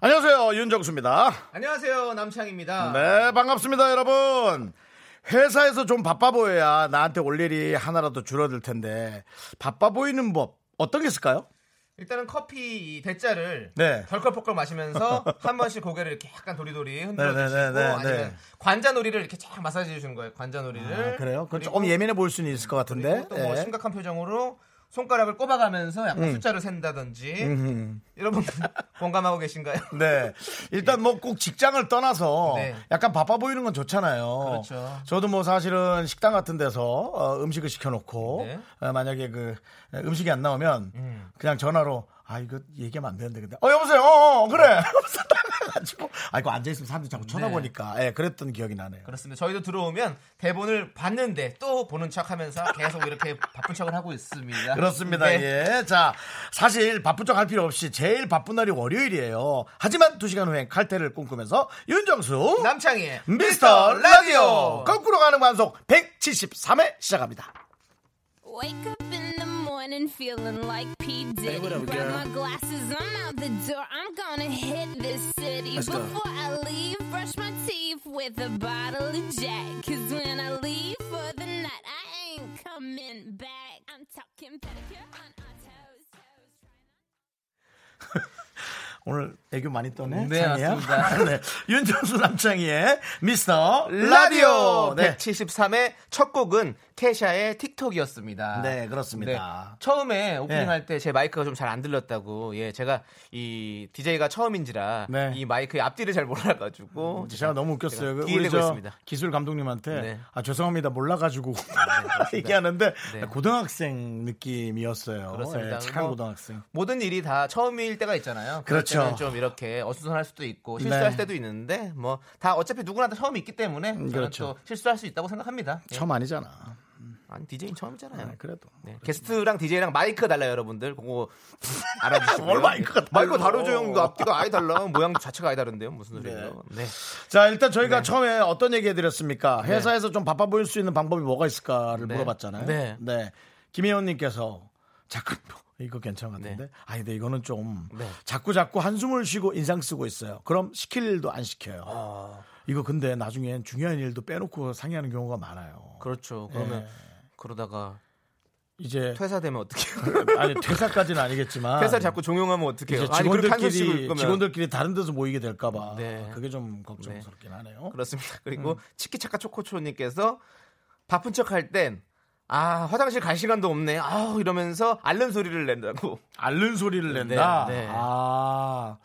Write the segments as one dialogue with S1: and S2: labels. S1: 안녕하세요 윤정수입니다.
S2: 안녕하세요 남창입니다.
S1: 네 반갑습니다 여러분. 회사에서 좀 바빠 보여야 나한테 올 일이 하나라도 줄어들 텐데 바빠 보이는 법 어떤 게 있을까요?
S2: 일단은 커피 이 대자를
S1: 네.
S2: 덜컥폭컥 마시면서 한 번씩 고개를 이렇게 약간 도리도리 흔들어
S1: 네,
S2: 주시고
S1: 네, 네, 네, 네.
S2: 아니면 관자놀이를 이렇게 쫙 마사지 해 주는 거예요. 관자놀이를.
S1: 아, 그래요? 그건
S2: 그리고-
S1: 조금 예민해 보일 수는 있을 것 같은데.
S2: 그리고 또뭐
S1: 예.
S2: 심각한 표정으로 손가락을 꼽아가면서
S1: 음.
S2: 약간 숫자를 센다든지 여러분 공감하고 계신가요?
S1: 네. 일단 뭐 꼭 직장을 떠나서
S2: 네.
S1: 약간 바빠 보이는 건 좋잖아요.
S2: 그렇죠.
S1: 저도 뭐 사실은 식당 같은 데서 어, 음식을 시켜놓고
S2: 네.
S1: 어, 만약에 그 에, 음식이 안 나오면 그냥 전화로 아 이거 얘기하면 안 되는데 근데 어 여보세요 어, 어,
S2: 네.
S1: 그래 하면서 나가가지고 아 이거 앉아 있으면 사람들이 자꾸 쳐다보니까 예 그랬던 기억이 나네요.
S2: 그렇습니다. 저희도 들어오면 대본을 봤는데 또 보는 척하면서 계속 이렇게 바쁜 척을 하고 있습니다.
S1: 그렇습니다.
S2: 네.
S1: 예. 자, 사실 바쁜 척 할 필요 없이 제일 바쁜 날이 월요일이에요. 하지만 두시간 후엔 칼퇴를 꿈꾸면서 윤정수
S2: 남창희의
S1: 미스터 라디오 거꾸로 가는 방송 173회 시작합니다.
S3: Wake up in the morning feeling like P. Diddy. Grab my glasses, I'm out the door. I'm gonna hit this city. Before I leave, brush my teeth with a bottle of Jack. Cause when I leave for the night, I ain't coming back. I'm talking pedicure on our toes.
S1: 오늘 애교 많이 떠네.
S2: 네,
S1: 창이야?
S2: 맞습니다.
S1: 네. 윤정수 남창희의 미스터
S2: 라디오
S1: 라디오. 네.
S2: 173의 첫 곡은 캐샤의 틱톡이었습니다.
S1: 네, 그렇습니다.
S2: 처음에 오프닝
S1: 네.
S2: 할 때 제 마이크가 좀 잘 안 들렸다고. 예, 제가 이 DJ가 처음인지라
S1: 네. 음,
S2: 이 마이크의 앞뒤를 잘 몰라가지고
S1: 제가 너무 웃겼어요. 그
S2: 뒤에
S1: 우리
S2: 대고
S1: 저
S2: 있습니다.
S1: 기술 감독님한테
S2: 네.
S1: 아 죄송합니다 몰라가지고 얘기하는데
S2: 네.
S1: 고등학생 느낌이었어요.
S2: 그렇습니다.
S1: 예, 착한
S2: 뭐
S1: 고등학생.
S2: 모든 일이 다 처음일 때가 있잖아요. 그럴
S1: 그렇죠.
S2: 때는 좀 이렇게 어수선할 수도 있고 실수할
S1: 네.
S2: 때도 있는데 뭐 다 어차피 누구나 다 처음이 있기 때문에 저는
S1: 그렇죠.
S2: 또 실수할 수 있다고 생각합니다. 예.
S1: 처음 아니잖아.
S2: 아니 DJ는 처음이잖아요.
S1: 네, 그래도.
S2: 네, 게스트랑 DJ랑 마이크가 달라요, 여러분들. 그거 알아주시고.
S1: 뭘 마이크가 달라.
S2: 마이크 다르죠, 형. 앞뒤가 아예 달라. 모양 자체가 아예 다른데요. 무슨 소리예요? 네.
S1: 자 일단 저희가 처음에 어떤 얘기해드렸습니까? 회사에서 좀 바빠 보일 수 있는 방법이 뭐가 있을까를
S2: 네.
S1: 물어봤잖아요. 네.
S2: 네.
S1: 김혜원님께서 자꾸 이거 괜찮은데
S2: 네.
S1: 아 근데 이거는 좀
S2: 네.
S1: 자꾸 자꾸 한숨을 쉬고 인상 쓰고 있어요. 그럼 시킬 일도 안 시켜요.
S2: 아.
S1: 이거 근데 나중엔 중요한 일도 빼놓고 상의하는 경우가 많아요.
S2: 그렇죠. 그러면 그러다가
S1: 이제
S2: 퇴사되면 어떻게 해요?
S1: 아니 퇴사까지는 아니겠지만
S2: 퇴사를 자꾸 종용하면 어떻게 해요?
S1: 이제
S2: 아니, 그렇게 한숨 쉬고
S1: 직원들끼리
S2: 있으면.
S1: 직원들끼리 다른 데서 모이게 될까봐
S2: 네.
S1: 그게 좀 걱정스럽긴 하네요.
S2: 그렇습니다. 그리고 치키차카 초코초님께서 바쁜 척 할 땐 아 화장실 갈 시간도 없네. 아우 이러면서 앓는 소리를 낸다고.
S1: 앓는 소리를 낸다.
S2: 네, 네.
S1: 아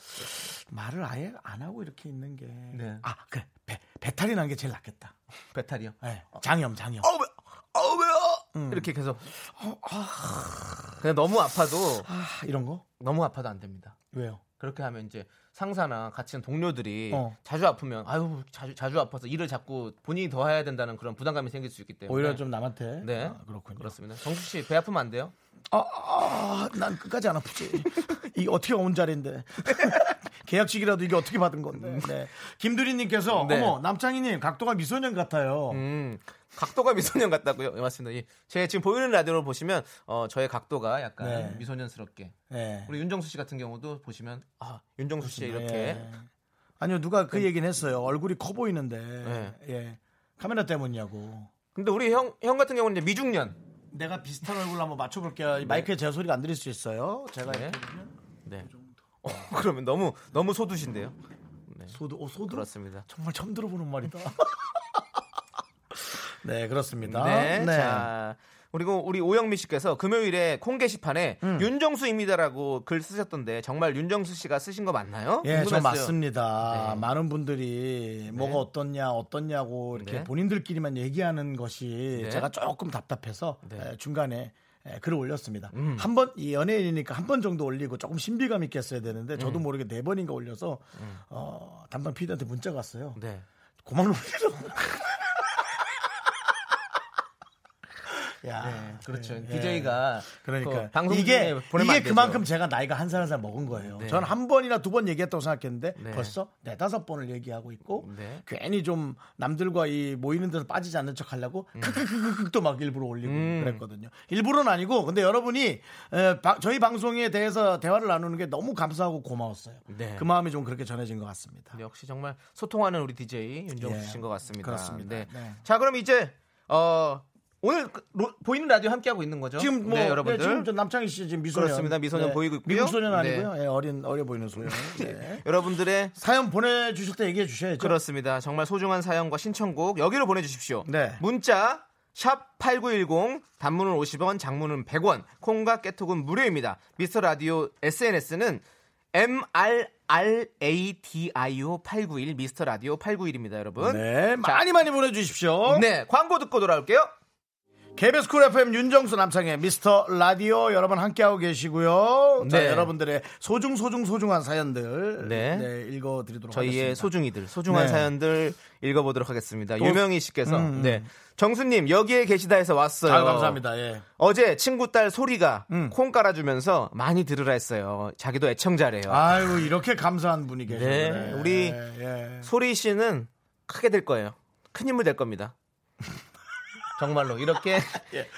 S1: 말을 아예 안 하고 이렇게 있는 게.
S2: 네.
S1: 아 그래 배, 배탈이 난 게 제일 낫겠다.
S2: 배탈이요. 음.
S1: 네. 장염 장염.
S2: 어우 어우 왜요? 이렇게 계속 어, 아, 그냥 너무 아파도
S1: 아, 이런 거
S2: 너무 아파도 안 됩니다.
S1: 왜요? 그렇게
S2: 그렇게 하면 이제 상사나 같이 있는 동료들이
S1: 어.
S2: 자주 아프면 아유 자주 자주 아파서 일을 자꾸 본인이 더 해야 된다는 그런 부담감이 생길 수 있기 때문에
S1: 오히려 좀 남한테.
S2: 네.
S1: 아, 그렇군요.
S2: 그렇습니다. 정수 씨 배 아프면 안 돼요?
S1: 아, 난 끝까지 안 아프지. 이 어떻게 온 자리인데. 계약직이라도 이게 어떻게 받은 건데. 네. 김두리님께서
S2: 네.
S1: 어머 남창희님 각도가 미소년 같아요.
S2: 음, 각도가 미소년 같다고요? 예, 맞습니다. 예. 제 지금 보이는 라디오로 보시면 어, 저의 각도가 약간
S1: 네.
S2: 미소년스럽게
S1: 네.
S2: 우리 윤정수 씨 같은 경우도 보시면 아 윤정수 씨 이렇게
S1: 예. 아니요 누가 그 얘기는 했어요. 얼굴이 커 보이는데
S2: 네.
S1: 예. 카메라 때문이냐고.
S2: 근데 우리 형 형 같은 경우는 이제
S1: 그
S2: 미중년
S1: 내가 비슷한 얼굴로 한번 맞춰볼게요. 이 마이크에 제 소리가 안 들릴 수 있어요. 제가
S2: 네.
S1: 이렇게
S2: 네. 어, 그러면 너무 너무 소두신데요?
S1: 그 소드, 어, 소드?
S2: 그렇습니다.
S1: 정말 처음 들어보는 말이다. 네 그렇습니다.
S2: 네. 자, 그리고 우리 오영미 씨께서 금요일에 콩 게시판에
S1: 음.
S2: 윤정수입니다라고 글 쓰셨던데 정말 윤정수 씨가 쓰신 거 맞나요?
S1: 예, 저
S2: 궁금했어요.
S1: 맞습니다.
S2: 네.
S1: 많은 분들이 뭐가 어떻냐, 어떻냐고 이렇게
S2: 네.
S1: 본인들끼리만 얘기하는 것이
S2: 네.
S1: 제가 조금 답답해서
S2: 네. 음.
S1: 예, 중간에 예, 글을 올렸습니다. 한 번, 이 연예인이니까 한 번 정도 올리고 조금 신비감 있게 했어야 되는데 저도
S2: 음.
S1: 모르게 네 번인가 올려서 어, 담당 PD한테 문자가 왔어요.
S2: 네.
S1: 고만 올리라고. 야,
S2: 그렇죠.
S1: 예.
S2: DJ가
S1: 그러니까
S2: 방송
S1: 이게
S2: 보내면
S1: 이게 그만큼 제가 나이가 한 살 한 살 먹은 거예요.
S2: 네.
S1: 저는 한 번이나 두 번 얘기했다고 생각했는데
S2: 네.
S1: 벌써 네 다섯 번을 얘기하고 있고
S2: 네.
S1: 괜히 좀 남들과 이 모이는 데서 빠지지 않는 척 하려고
S2: 음.
S1: 크크크크크도 막 일부러 올리고 그랬거든요. 일부러는 아니고 근데 여러분이 에, 바- 저희 방송에 대해서 대화를 나누는 게 너무 감사하고 고마웠어요.
S2: 네.
S1: 그 마음이 좀 그렇게 전해진 것 같습니다.
S2: 역시 정말 소통하는 우리 DJ 윤정수
S1: 예,
S2: 씨인 것 같습니다.
S1: 그렇습니다.
S2: 네.
S1: 네.
S2: 자, 그럼 이제 어 오늘 그 로- 보이는 라디오 함께 하고 있는 거죠?
S1: 지금 뭐
S2: 네,
S1: 여러분들
S2: 여러분들.
S1: 지금 저 남창희 씨 지금 미소년
S2: 그렇습니다. 미소년 보이고 있고요.
S1: 미국 소년
S2: 네.
S1: 아니고요. 예, 어린 어려 보이는 소년. 네.
S2: 여러분들의
S1: 사연 보내주실 때 얘기해 주셔야죠.
S2: 그렇습니다. 정말 소중한 사연과 신청곡 여기로 보내주십시오.
S1: 네.
S2: 문자 샵 #8910 단문은 50원, 장문은 100원, 콩과 깨톡은 무료입니다. 미스터 라디오 SNS는 M R R A D I O 891 미스터 라디오 891입니다, 여러분.
S1: 네, 많이 많이 보내주십시오.
S2: 네, 광고 듣고 돌아올게요.
S1: KBS 쿨 FM 윤정수 남창의 미스터 라디오 여러분 함께하고 계시고요. 자,
S2: 네.
S1: 여러분들의 소중 소중 소중한 사연들 네.
S2: 네.
S1: 읽어드리도록
S2: 저희의
S1: 하겠습니다.
S2: 소중이들, 소중한
S1: 네. 음,
S2: 사연들 읽어보도록 하겠습니다. 유명희 씨께서 네 정수님 여기에 계시다해서 왔어요.
S1: 아유, 감사합니다. 예.
S2: 어제 친구 딸 소리가
S1: 음.
S2: 콩 깔아주면서 많이 들으라 했어요. 자기도 애청자래요.
S1: 아유 이렇게 감사한 분이 계시네.
S2: 네, 우리
S1: 예.
S2: 소리 씨는 크게 될 거예요. 큰 인물 될 겁니다. 정말로 이렇게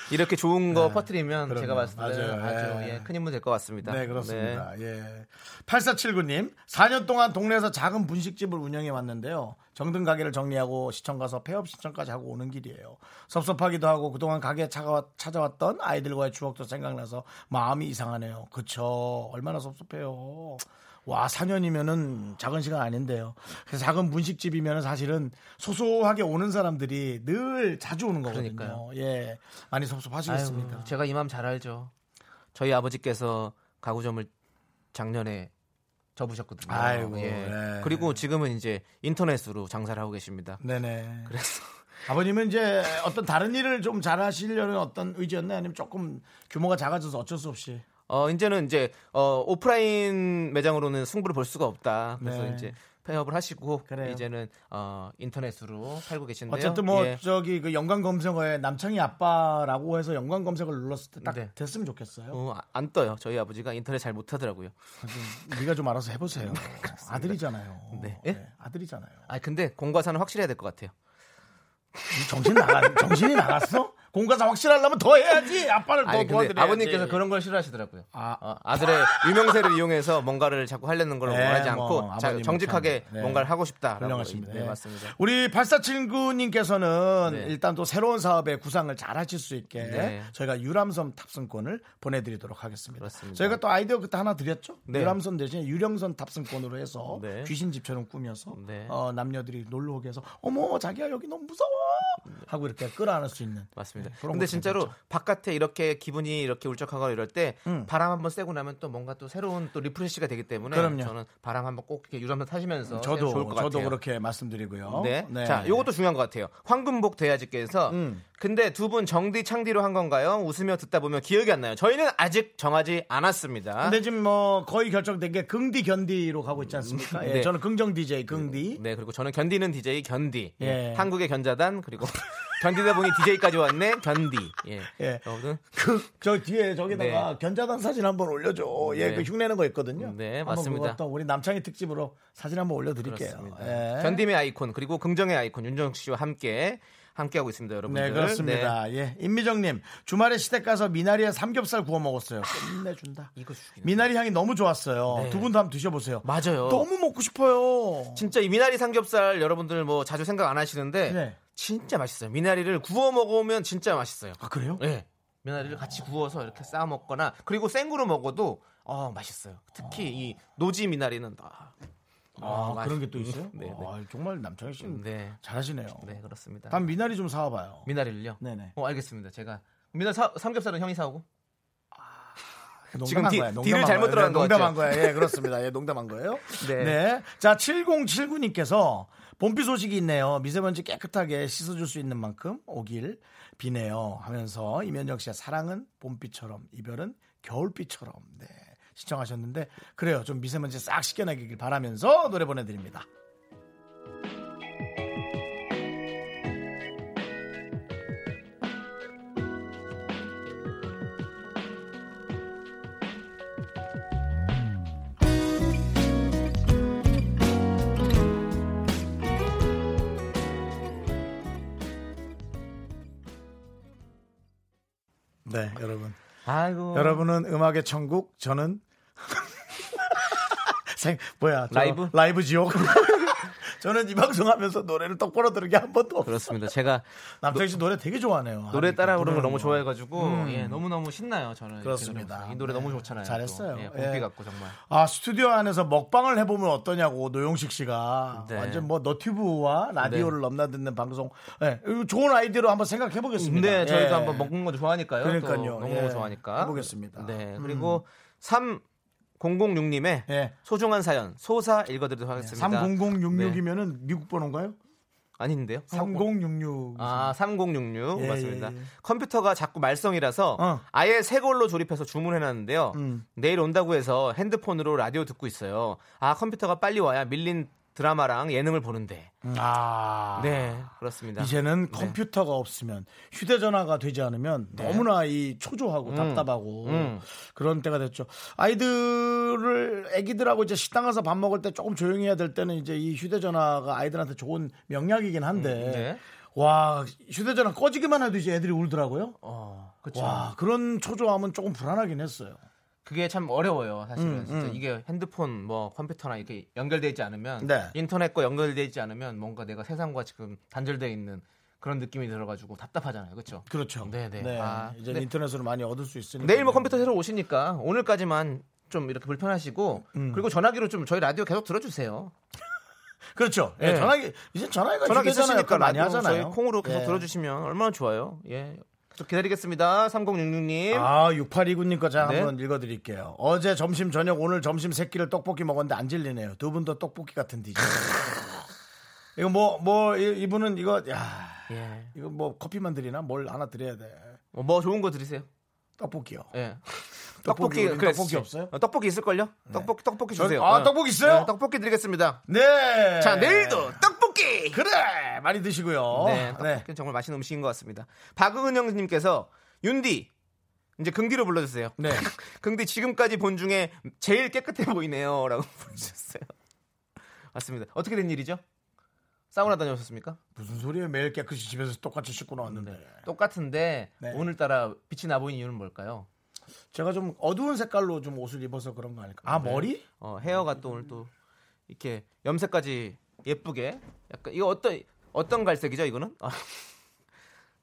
S2: 이렇게 좋은 거 퍼뜨리면
S1: 예. 네. 그럼요.
S2: 제가 봤을 때
S1: 맞아요.
S2: 아주
S1: 예.
S2: 예, 큰 인물 될 것 같습니다.
S1: 네 그렇습니다. 예. 8479님 4년 동안 동네에서 작은 분식집을 운영해 왔는데요. 정든 가게를 정리하고 시청 가서 폐업 신청까지 하고 오는 길이에요. 섭섭하기도 하고 그동안 가게에 차가, 찾아왔던 아이들과의 추억도 생각나서 마음이 이상하네요. 그쵸 얼마나 섭섭해요. 와 4년이면은 작은 시간 아닌데요. 그래서 작은 분식집이면 사실은 소소하게 오는 사람들이 늘 자주 오는 거거든요.
S2: 그러니까요.
S1: 예 많이 섭섭하시겠습니다.
S2: 아유, 제가 이 마음 잘 알죠. 저희 아버지께서 가구점을 작년에 접으셨거든요.
S1: 아이고, 예.
S2: 그리고 지금은 이제 인터넷으로 장사를 하고 계십니다.
S1: 네네.
S2: 그래서
S1: 아버님은 이제 어떤 다른 일을 좀 잘하시려는 어떤 의지였나요? 아니면 조금 규모가 작아져서 어쩔 수 없이
S2: 어 이제는 이제 어 오프라인 매장으로는 승부를 볼 수가 없다. 그래서
S1: 네.
S2: 이제 폐업을 하시고
S1: 그래요.
S2: 이제는 어 인터넷으로 팔고 계신데요.
S1: 어쨌든 뭐
S2: 예.
S1: 저기 그 연관 검색어에 남창희 아빠라고 해서 연관 검색을 눌렀을 때 딱
S2: 네.
S1: 됐으면 좋겠어요.
S2: 어, 안 떠요. 저희 아버지가 인터넷 잘 못하더라고요.
S1: 네가 좀 알아서 해보세요. 아들이잖아요. 예?
S2: 네.
S1: 아들이잖아요.
S2: 아 근데 공과사는 확실해야 될 것 같아요.
S1: 정신 나가 정신이 나갔어? 공과사 확실하려면 더 해야지. 아빠를 더
S2: 아니, 근데
S1: 도와드려야지.
S2: 아버님께서 그런 걸 싫어하시더라고요.
S1: 아.
S2: 아, 들의 유명세를 이용해서 뭔가를 자꾸 하려는 걸
S1: 네,
S2: 원하지
S1: 뭐,
S2: 않고 자,
S1: 아버님은
S2: 정직하게
S1: 참, 네.
S2: 뭔가를 하고 싶다라고.
S1: 훌륭하십니다.
S2: 네,
S1: 예.
S2: 맞습니다.
S1: 우리 8479님께서는
S2: 네.
S1: 일단 또 새로운 사업에 구상을 잘 하실 수 있게
S2: 네.
S1: 저희가 유람선 탑승권을 보내드리도록 하겠습니다.
S2: 그렇습니다.
S1: 저희가 또 아이디어 그때 하나 드렸죠?
S2: 네.
S1: 유람선 대신에 유령선 탑승권으로 해서
S2: 네.
S1: 귀신집처럼 꾸며서
S2: 네.
S1: 어, 남녀들이 놀러 오게 해서 어머 자기야 여기 너무 무서워 하고 이렇게 끌어안을 수 있는
S2: 맞습니다.
S1: 네, 그런
S2: 근데
S1: 것도
S2: 진짜로
S1: 괜찮죠. 음.
S2: 바깥에 이렇게 기분이 이렇게 울적하거나 이럴 때 바람 한번 쐬고 나면 또 뭔가 또 새로운 또 리프레시가 되기 때문에
S1: 그럼요. 음,
S2: 저는 바람 한번 꼭 이렇게 유람선 타시면서
S1: 저도
S2: 좋을 것
S1: 저도
S2: 같아요.
S1: 그렇게 말씀드리고요.
S2: 네. 자, 요것도 중요한 것 같아요. 황금복 대야지께서
S1: 음.
S2: 근데 두 분 정디 창디로 한 건가요? 웃으며 듣다 보면 기억이 안 나요. 저희는 아직 정하지 않았습니다.
S1: 근데 지금 뭐 거의 결정된 게 긍디 견디로 가고 있지 않습니까? 예,
S2: 네.
S1: 저는 긍정 DJ 긍디.
S2: 네, 그리고 저는 견디는 DJ 견디.
S1: 예.
S2: 한국의 견자단 그리고 견디다 보니 DJ까지 왔네. 견디. 예.
S1: 예.
S2: 여러분
S1: 그 저 뒤에 저기다가 견자단 사진 한번 올려줘. 예,
S2: 네.
S1: 그 흉내는 거 있거든요.
S2: 네,
S1: 한번
S2: 맞습니다.
S1: 그거 또 우리 남창희 특집으로 사진 한번 올려드릴게요.
S2: 그렇습니다.
S1: 예.
S2: 견딤의 아이콘 그리고 긍정의 아이콘 윤정 씨와 함께 함께 하고 있습니다, 여러분들.
S1: 네, 그렇습니다. 예, 임미정님 주말에 시댁 가서 미나리에 삼겹살 구워 먹었어요. 끝내준다.
S2: 아, 이거 죽이네.
S1: 미나리 향이 너무 좋았어요. 두 분도 한번 드셔보세요.
S2: 맞아요.
S1: 너무 먹고 싶어요.
S2: 진짜 이 미나리 삼겹살 여러분들 뭐 자주 생각 안 하시는데
S1: 네.
S2: 진짜 맛있어요. 미나리를 구워 먹으면 진짜 맛있어요.
S1: 아 그래요?
S2: 예. 미나리를 같이 구워서 이렇게 싸 먹거나 그리고 생으로 먹어도 어 맛있어요. 특히 이 노지 미나리는 아,
S1: 아,
S2: 맛있-
S1: 그런 게 또 있어요?
S2: 네, 네.
S1: 아, 정말 남창희 씨
S2: 네.
S1: 잘하시네요.
S2: 네 그렇습니다.
S1: 다음 미나리 좀 사와봐요.
S2: 미나리를요?
S1: 네네.
S2: 어 알겠습니다. 제가 미나리 사- 삼겹살은 형이 사오고
S1: 그 농담한
S2: 지금 뒤-
S1: 거야, 농담한
S2: 뒤를 잘못
S1: 거예요.
S2: 들어간
S1: 네,
S2: 것
S1: 농담한
S2: 같죠?
S1: 거예요. 예, 그렇습니다. 예, 농담한 거예요. 네.
S2: 네.
S1: 자, 7079님께서 봄비 소식이 있네요. 미세먼지 깨끗하게 씻어줄 수 있는 만큼 오길 비네요. 하면서 이면정 씨의 사랑은 봄비처럼, 이별은 겨울비처럼. 네. 시청하셨는데, 그래요. 좀 미세먼지 싹 씻겨내기를 바라면서 노래 보내드립니다. 네, 여러분.
S2: 아이고.
S1: 어. 여러분은 음악의 천국, 저는 생 뭐야 저
S2: 라이브?
S1: 라이브 지옥. 저는 이 방송하면서 노래를 똑바로 들은 게 한 번도 없어.
S2: 그렇습니다. 제가
S1: 남창희 씨 노래 되게 좋아하네요.
S2: 노래 따라
S1: 부르는
S2: 부르는 걸 너무
S1: 거.
S2: 좋아해가지고 예, 너무 너무 신나요 저는
S1: 음.
S2: 이렇게
S1: 그렇습니다.
S2: 들으면서. 이 노래
S1: 네.
S2: 너무 좋잖아요.
S1: 잘했어요.
S2: 또. 예,
S1: 예.
S2: 봄비 같고 정말.
S1: 아 스튜디오 안에서 먹방을 해보면 어떠냐고 노용식 씨가
S2: 네.
S1: 완전 뭐 너튜브와 라디오를 넘나드는 방송. 예, 이거 좋은 아이디어로 한번 생각해 보겠습니다. 예.
S2: 네, 저희도 한번 먹는 거 좋아하니까요.
S1: 그러니까요.
S2: 또 먹는
S1: 예.
S2: 거 좋아하니까.
S1: 해보겠습니다. 음.
S2: 네, 그리고 3006님의
S1: 예.
S2: 소중한 사연 소사 읽어드리도록 하겠습니다. 네.
S1: 3006이면은 미국 번호인가요?
S2: 아닌데요?
S1: 3066.
S2: 아, 3066
S1: 예,
S2: 맞습니다.
S1: 예, 예.
S2: 컴퓨터가 자꾸 말썽이라서
S1: 어. 음.
S2: 아예 새 걸로 조립해서 주문해놨는데요. 내일 온다고 해서 핸드폰으로 라디오 듣고 있어요. 아 컴퓨터가 빨리 와야 밀린 드라마랑 예능을 보는데.
S1: 아.
S2: 네, 그렇습니다.
S1: 이제는
S2: 네.
S1: 컴퓨터가 없으면 휴대전화가 되지 않으면 너무나 이 초조하고 답답하고
S2: 음.
S1: 그런 때가 됐죠. 아이들을 아기들하고 이제 식당 가서 밥 먹을 때 조금 조용히 해야 될 때는 이제 이 휴대전화가 아이들한테 좋은 명약이긴 한데
S2: 음, 네.
S1: 와 휴대전화 꺼지기만 해도 이제 애들이 울더라고요.
S2: 어, 그렇
S1: 와 그런 초조함은 조금 불안하긴 했어요.
S2: 그게 참 어려워요, 사실은.
S1: 음,
S2: 진짜
S1: 음.
S2: 이게 핸드폰, 뭐 컴퓨터나 이렇게 연결돼 있지 않으면
S1: 네.
S2: 인터넷과 연결돼 있지 않으면 뭔가 내가 세상과 지금 단절돼 있는 그런 느낌이 들어가지고 답답하잖아요, 그렇죠?
S1: 그렇죠.
S2: 네네.
S1: 네,
S2: 아,
S1: 이제
S2: 네.
S1: 인터넷으로 많이 얻을 수 있으니까
S2: 내일 뭐 컴퓨터 새로 오시니까 오늘까지만 좀 이렇게 불편하시고
S1: 음.
S2: 그리고 전화기로 좀 저희 라디오 계속 들어주세요.
S1: 그렇죠. 예,
S2: 네.
S1: 전화기 이제 전화기가
S2: 전화기
S1: 아, 휴대전화
S2: 쓰시니까
S1: 역할 많이
S2: 라디오
S1: 하잖아요.
S2: 저희 콩으로 계속
S1: 예.
S2: 들어주시면 얼마나 좋아요. 예, 계속 기다리겠습니다. 3066님.
S1: 아, 6829님 거 제가
S2: 네.
S1: 한번 읽어드릴게요. 어제 점심 저녁 오늘 점심 세끼를 떡볶이 먹었는데 안 질리네요. 두 분도 떡볶이 같은 디저. 이거 뭐, 뭐, 이- 이분은 이거, 야,
S2: 예.
S1: 이거 뭐 커피만 드리나? 뭘 하나 드려야 돼.
S2: 뭐 좋은 거 드리세요.
S1: 떡볶이요.
S2: 예.
S1: 떡볶이,
S2: 떡볶이
S1: 우리
S2: 그래,
S1: 떡볶이
S2: 지-
S1: 없어요?
S2: 어, 떡볶이 있을걸요? 떡볶이 떡볶이
S1: 저-
S2: 주세요.
S1: 아,
S2: 어.
S1: 떡볶이 있어요?
S2: 네, 떡볶이 드리겠습니다.
S1: 네.
S2: 자 내일도 떡볶이.
S1: 그래! 많이 드시고요.
S2: 네, 떡볶이
S1: 네.
S2: 는 정말 맛있는 음식인 것 같습니다. 박은영님께서 윤디 이제 긍디로 불러주세요.
S1: 네.
S2: 긍디 지금까지 본 중에 제일 깨끗해 보이네요라고 불러주셨어요. 맞습니다. 어떻게 된 일이죠? 사우나 다녀오셨습니까?
S1: 무슨 소리예요? 매일 깨끗이 집에서 똑같이 씻고 나왔는데.
S2: 네. 똑같은데
S1: 네.
S2: 오늘따라 빛이 나 보이는 이유는 뭘까요?
S1: 제가 좀 어두운 색깔로 좀 옷을 입어서 그런 거 아닐까? 아, 머리?
S2: 어, 헤어가 또 오늘 또 이렇게 염색까지 예쁘게 약간 이거 어떤 어떤 갈색이죠 이거는? 아,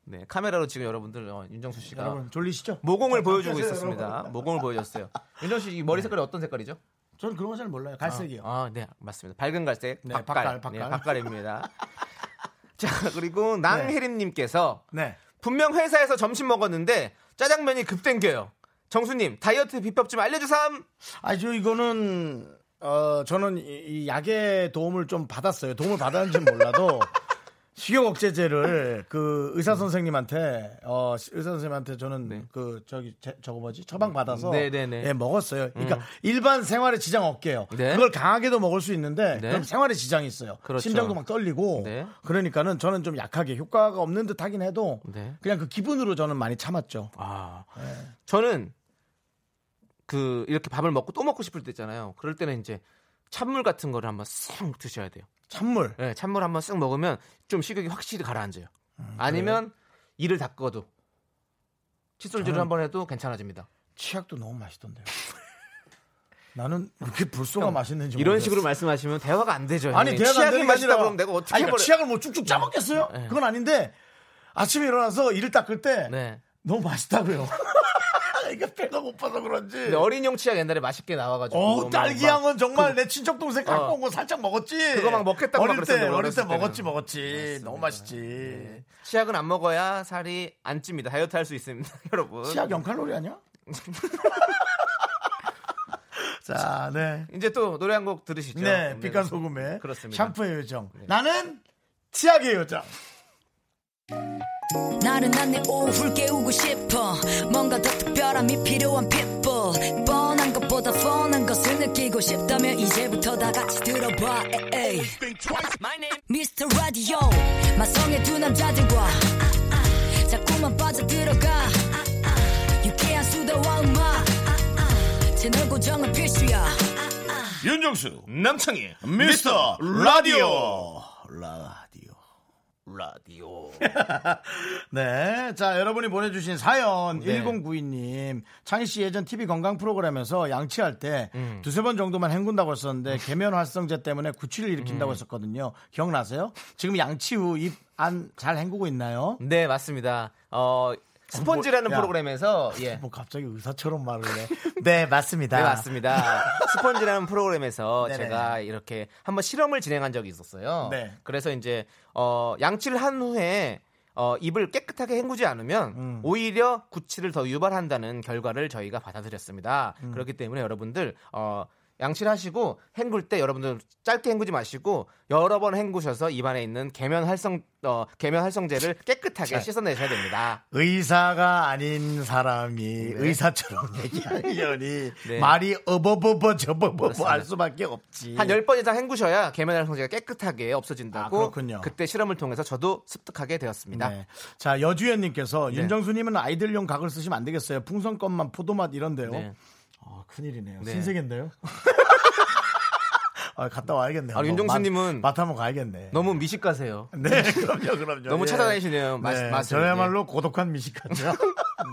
S2: 네 카메라로 지금 여러분들 어, 윤정수 씨가
S1: 네. 여러분, 졸리시죠?
S2: 모공을 보여주고
S1: 깜짝이야,
S2: 있었습니다.
S1: 여러분.
S2: 모공을 보여줬어요. 윤정 씨, 이 머리 색깔이 어떤 색깔이죠?
S1: 저는 그런 거 잘 몰라요. 갈색이요.
S2: 아, 네, 맞습니다. 밝은 갈색.
S1: 네,
S2: 박갈.
S1: 박갈,
S2: 네,
S1: 박갈.
S2: 박갈입니다. 자, 그리고 낭혜림님께서
S1: 네.
S2: 분명 회사에서 점심 먹었는데 짜장면이 급땡겨요. 정수님, 다이어트 비법 좀 알려주삼!
S1: 아니 저 이거는 어 저는 이, 이 약의 도움을 좀 받았어요. 도움을 받았는지 는 몰라도 식욕 억제제를 그 의사 선생님한테 어 시- 의사 선생님한테 저는
S2: 음. 네.
S1: 그 저기 제- 저거 뭐지 처방 받아서
S2: 네, 네, 네.
S1: 예 먹었어요. 그러니까 일반 생활에 지장 없게요.
S2: 네.
S1: 그걸 강하게도 먹을 수 있는데
S2: 네.
S1: 그럼 생활에 지장이 있어요.
S2: 그렇죠.
S1: 심장도 막 떨리고
S2: 네.
S1: 그러니까는 저는 좀 약하게 효과가 없는 듯 하긴 해도
S2: 네.
S1: 그냥 그 기분으로 저는 많이 참았죠.
S2: 아,
S1: 네.
S2: 저는 그 이렇게 밥을 먹고 또 먹고 싶을 때 있잖아요. 그럴 때는 이제 찬물 같은 거를 한번 쓱 드셔야 돼요.
S1: 찬물.
S2: 예, 찬물 한번 쓱 먹으면 좀 식욕이 확실히 가라앉아요. 아니면 이를 닦아도 칫솔질을 한번 해도 괜찮아집니다.
S1: 치약도 너무 맛있던데요. 나는 왜 이렇게 불소가 맛있는지
S2: 이런
S1: 모르겠어.
S2: 식으로 말씀하시면 대화가 안 되죠.
S1: 아니
S2: 형님.
S1: 대화가 안
S2: 치약이
S1: 되는 게
S2: 맛있다
S1: 아니라-
S2: 그럼 내가 어떻게
S1: 아니,
S2: 해버려?
S1: 그러니까 치약을 뭐 쭉쭉 짜먹겠어요? 그건 아닌데 아침에 일어나서 일을 닦을 때
S2: 네.
S1: 너무 맛있다고요. 이게 배가 고파서 그런지.
S2: 근데 어린이용 치약 옛날에 맛있게 나와가지고.
S1: 어
S2: 막그
S1: 딸기향은 정말 내 친척 동생 갖고
S2: 어.
S1: 온 거 살짝 먹었지.
S2: 그거 막 먹겠다고 막
S1: 어릴 때
S2: 그랬었는데,
S1: 어릴 때
S2: 어렸을 때는. 네.
S1: 먹었지 먹었지. 너무 맛있지.
S2: 치약은 안 먹어야 살이 안 찝니다. 다이어트 할 수 있습니다, 여러분.
S1: 치약 0 칼로리 아니야? 자, 네.
S2: 이제 또 노래 한 곡 들으시죠.
S1: 네, 빛간 소금의 네.
S2: 그렇습니다.
S1: 샴푸의 요정. 나는 치약의 요정.
S4: 나른한 내 오후를 깨우고 싶어 뭔가 더 특별함이 필요한 people 뻔한 것보다 뻔한 것을 느끼고 싶다면 이제부터 다 같이 들어봐 에이. Mr. Radio 마성의 두 남자들과 자꾸만 빠져들어가 유쾌한 수다와 음악 채널 고정은 필수야
S1: 윤정수, 남창희, 미스터 라디오. 라디오.
S2: 라디오.
S1: 네. 자, 여러분이 보내주신 사연 1092님. 창희 씨 예전 TV 건강 프로그램에서 양치할 때 두세 번 정도만 헹군다고 했었는데 계면 활성제 때문에 구취를 일으킨다고 했었거든요. 기억나세요? 지금 양치 후 입 안 잘 헹구고 있나요?
S2: 네, 맞습니다. 어, 스펀지라는
S1: 야.
S2: 프로그램에서 예.
S1: 뭐 갑자기 의사처럼 말을 해. 네, 맞습니다.
S2: 네, 맞습니다. 스펀지라는 프로그램에서
S1: 네네.
S2: 제가 이렇게 한번 실험을 진행한 적이 있었어요.
S1: 네.
S2: 그래서 이제 어, 양치를 한 후에 어, 입을 깨끗하게 헹구지 않으면
S1: 음.
S2: 오히려 구취를 더 유발한다는 결과를 저희가 받아들였습니다.
S1: 음.
S2: 그렇기 때문에 여러분들 어, 양치를 하시고 헹굴 때 여러분들 짧게 헹구지 마시고 여러 번 헹구셔서 입안에 있는 계면 활성 어, 계면 활성제를 깨끗하게 씻어내셔야 됩니다.
S1: 의사가 아닌 사람이 의사처럼 얘기하려니
S2: 네.
S1: 말이 어버버버 저버버버 할 수밖에 없지.
S2: 한 10번 이상 헹구셔야 계면활 성제가 깨끗하게 없어진다고
S1: 아, 그렇군요.
S2: 그때 실험을 통해서 저도 습득하게 되었습니다.
S1: 네. 자,
S2: 네.
S1: 여주연님께서 윤정수님은 아이들용 각을 쓰시면 안 되겠어요. 풍선껌만 포도맛 이런데요.
S2: 네.
S1: 아, 큰일이네요.
S2: 네.
S1: 신세계인데요? 아, 갔다 와야겠네요.
S2: 아, 윤정수님은
S1: 맛 한번 가야겠네.
S2: 너무 미식가세요.
S1: 네, 그럼요, 그럼요.
S2: 너무 찾아다니시네요. 예. 맛- 맛을.
S1: 저야말로 고독한 미식가죠.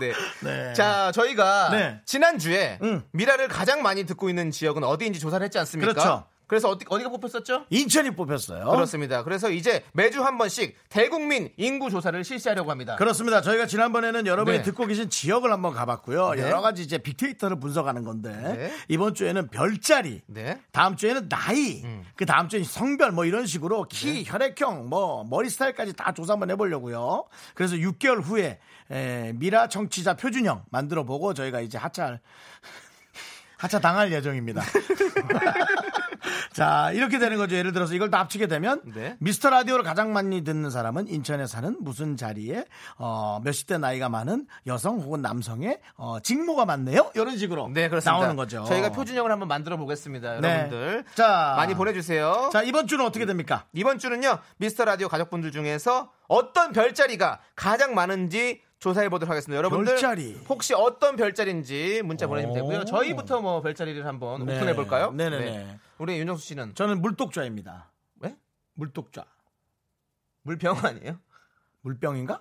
S2: 네.
S1: 네.
S2: 자, 저희가
S1: 네.
S2: 지난주에
S1: 음.
S2: 미라를 가장 많이 듣고 있는 지역은 어디인지 조사를 했지 않습니까?
S1: 그렇죠.
S2: 래서 어디, 어디가 뽑혔었죠?
S1: 인천이 뽑혔어요.
S2: 그렇습니다. 그래서 이제 매주 한 번씩 대국민 인구 조사를 실시하려고 합니다.
S1: 그렇습니다. 저희가 지난번에는 여러분이
S2: 네.
S1: 듣고 계신 지역을 한번 가봤고요.
S2: 네.
S1: 여러 가지 이제 빅데이터를 분석하는 건데
S2: 네.
S1: 이번 주에는 별자리,
S2: 네.
S1: 다음 주에는 나이, 그 다음 주에는 성별 뭐 이런 식으로 키,
S2: 네.
S1: 혈액형, 뭐 머리 스타일까지 다 조사 한번 해보려고요. 그래서 6개월 후에 에, 미라 청취자 표준형 만들어보고 저희가 이제 하차할 하차 당할 예정입니다. 자, 이렇게 되는 거죠. 예를 들어서 이걸 다 합치게 되면
S2: 네.
S1: 미스터 라디오를 가장 많이 듣는 사람은 인천에 사는 무슨 자리에 어, 몇십 대 나이가 많은 여성 혹은 남성의 어, 직모가 많네요. 이런 식으로
S2: 네, 그렇습니다.
S1: 나오는 거죠.
S2: 저희가 표준형을 한번 만들어 보겠습니다.
S1: 네.
S2: 여러분들.
S1: 자.
S2: 많이 보내주세요.
S1: 자, 이번 주는 어떻게 됩니까?
S2: 이번 주는요 미스터 라디오 가족분들 중에서 어떤 별자리가 가장 많은지 조사해 보도록 하겠습니다. 여러분들
S1: 별자리.
S2: 혹시 어떤 별자리인지 문자 보내주면 되고요. 저희부터 뭐 별자리를 한번
S1: 네.
S2: 오픈해 볼까요?
S1: 네네네.
S2: 우리 윤정수 씨는
S1: 저는 물독자입니다.
S2: 왜?
S1: 물독자.
S2: 물병 아니에요?
S1: 물병인가?